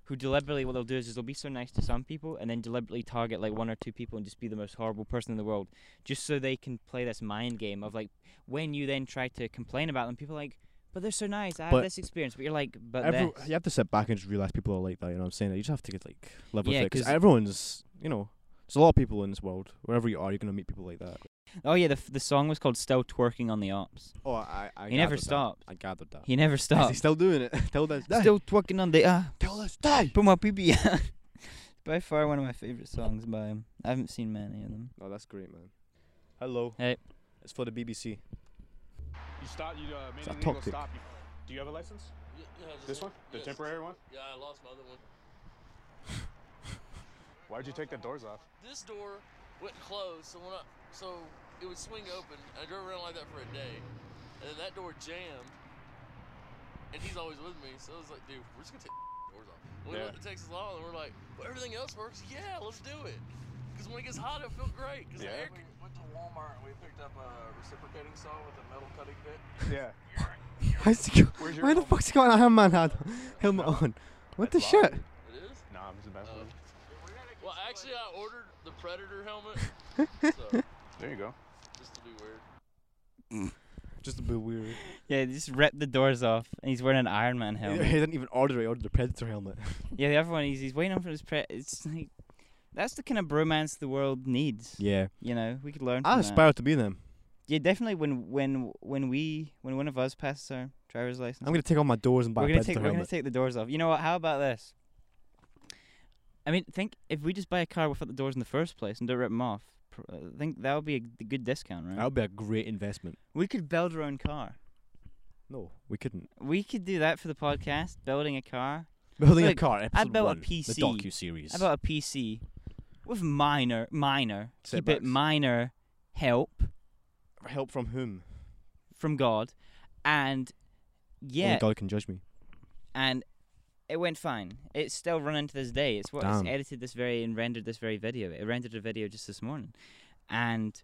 A: who deliberately, what they'll do is, is they'll be so nice to some people and then deliberately target like one or two people and just be the most horrible person in the world, just so they can play this mind game of like, when you then try to complain about them, people are like, but they're so nice. I
B: But
A: have this experience, but you're like, but
B: Every,
A: this."
B: you have to sit back and just realize people are like that. You know what I'm saying? You just have to get like live
A: Yeah,
B: with it because
A: 'cause-
B: everyone's, you know, there's a lot of people in this world. Wherever you are, you're gonna meet people like that.
A: Oh yeah, the f- the song was called "Still Twerking on the Ops."
B: Oh, I, I
A: He never
B: gathered that.
A: stopped.
B: I gathered that.
A: He never
B: Is he
A: stopped.
B: still doing it? Till this day.
A: Still twerking on the ops.
B: Till this day.
A: Put my PB out. By far one of my favorite songs by him. I haven't seen many of them.
B: Oh, that's great, man. Hello.
A: Hey.
B: It's for the BBC.
E: You stop. You uh, made
B: It's a
E: an illegal
B: tactic.
E: stop. You, do you have a license?
F: Yeah, this,
E: This one, the
F: yes.
E: temporary one.
F: Yeah, I lost my other one.
E: Why'd you take the doors off?
F: This door went closed, so when I, so it would swing open. I drove around like that for a day, and then that door jammed. And he's always with me, so I was like, dude, we're just gonna take the doors off. And we
E: Yeah.
F: looked at Texas Law, and we're like, well, everything else works. Yeah, let's do it. Because when it gets hot, it'll feel great. Because
E: Yeah.
F: the air can... went to Walmart and we picked up a reciprocating saw with a metal cutting bit.
E: Yeah.
B: Why's he go-
E: Where's your
B: Why the
E: helmet?
B: fuck's he got a helmet on? Helmet on. What the
E: That's
B: shit?
E: locked.
F: It is.
E: Nah, I'm just messing with you.
F: Well, actually, I ordered the Predator helmet,
B: uh,
F: so
E: There you go.
F: just to be weird.
B: Just a bit weird.
A: Yeah, they just ripped the doors off, and he's wearing an Iron Man
B: He
A: helmet.
B: didn't even order it. He ordered the Predator helmet.
A: yeah, the other one is he's waiting on for his pre. It's like that's the kind of bromance the world needs.
B: Yeah.
A: You know, we could learn. From
B: I
A: that.
B: aspire to be them.
A: Yeah, definitely. When when when we when one of us passes our driver's license,
B: I'm gonna take all my doors and buy
A: we're
B: a
A: gonna
B: Predator
A: take we're gonna
B: helmet.
A: take the doors off. You know what? How about this? I mean, think if we just buy a car without the doors in the first place and don't rip them off. pr- uh, I think that would be a g- good discount, right?
B: that would be a great investment.
A: We could build our own car.
B: No, we couldn't.
A: We could do that for the podcast, building a car.
B: Building
A: Look,
B: a car. Episode
A: built a
B: one,
A: PC.
B: The docu series.
A: How about a PC with minor, minor, keep
B: Setbacks.
A: it minor help
B: Help from whom?
A: from God, and yeah,
B: Only God can judge me.
A: and it went fine. It's still running to this day. It's what
B: Damn.
A: it's edited this very and rendered this very video. It rendered a video just this morning, and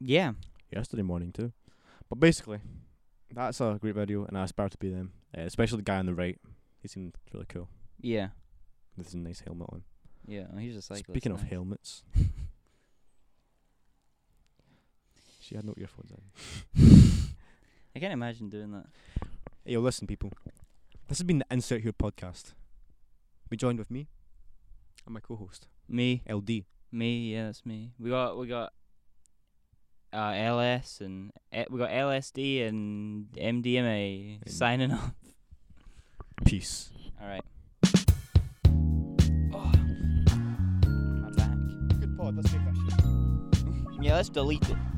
A: yeah,
B: Yesterday morning too. But basically, that's a great video, and I aspire to be them. Uh, especially the guy on the right. He seemed really cool
A: yeah,
B: with his nice helmet on.
A: yeah. well, he's a cyclist.
B: Speaking of
A: nice.
B: helmets, she had no earphones in.
A: I can't imagine doing that.
B: Hey, yo, listen, people. This has been the Insert Here podcast. Be joined with me and my co-host
A: Me,
B: LD.
A: me, yeah, that's me. We got we got uh, LS and eh, we got LSD and MDMA
B: And-
A: signing off.
B: Peace.
A: All right. Oh, my back.
B: Good pod. Let's take that shit.
A: Yeah, let's delete it.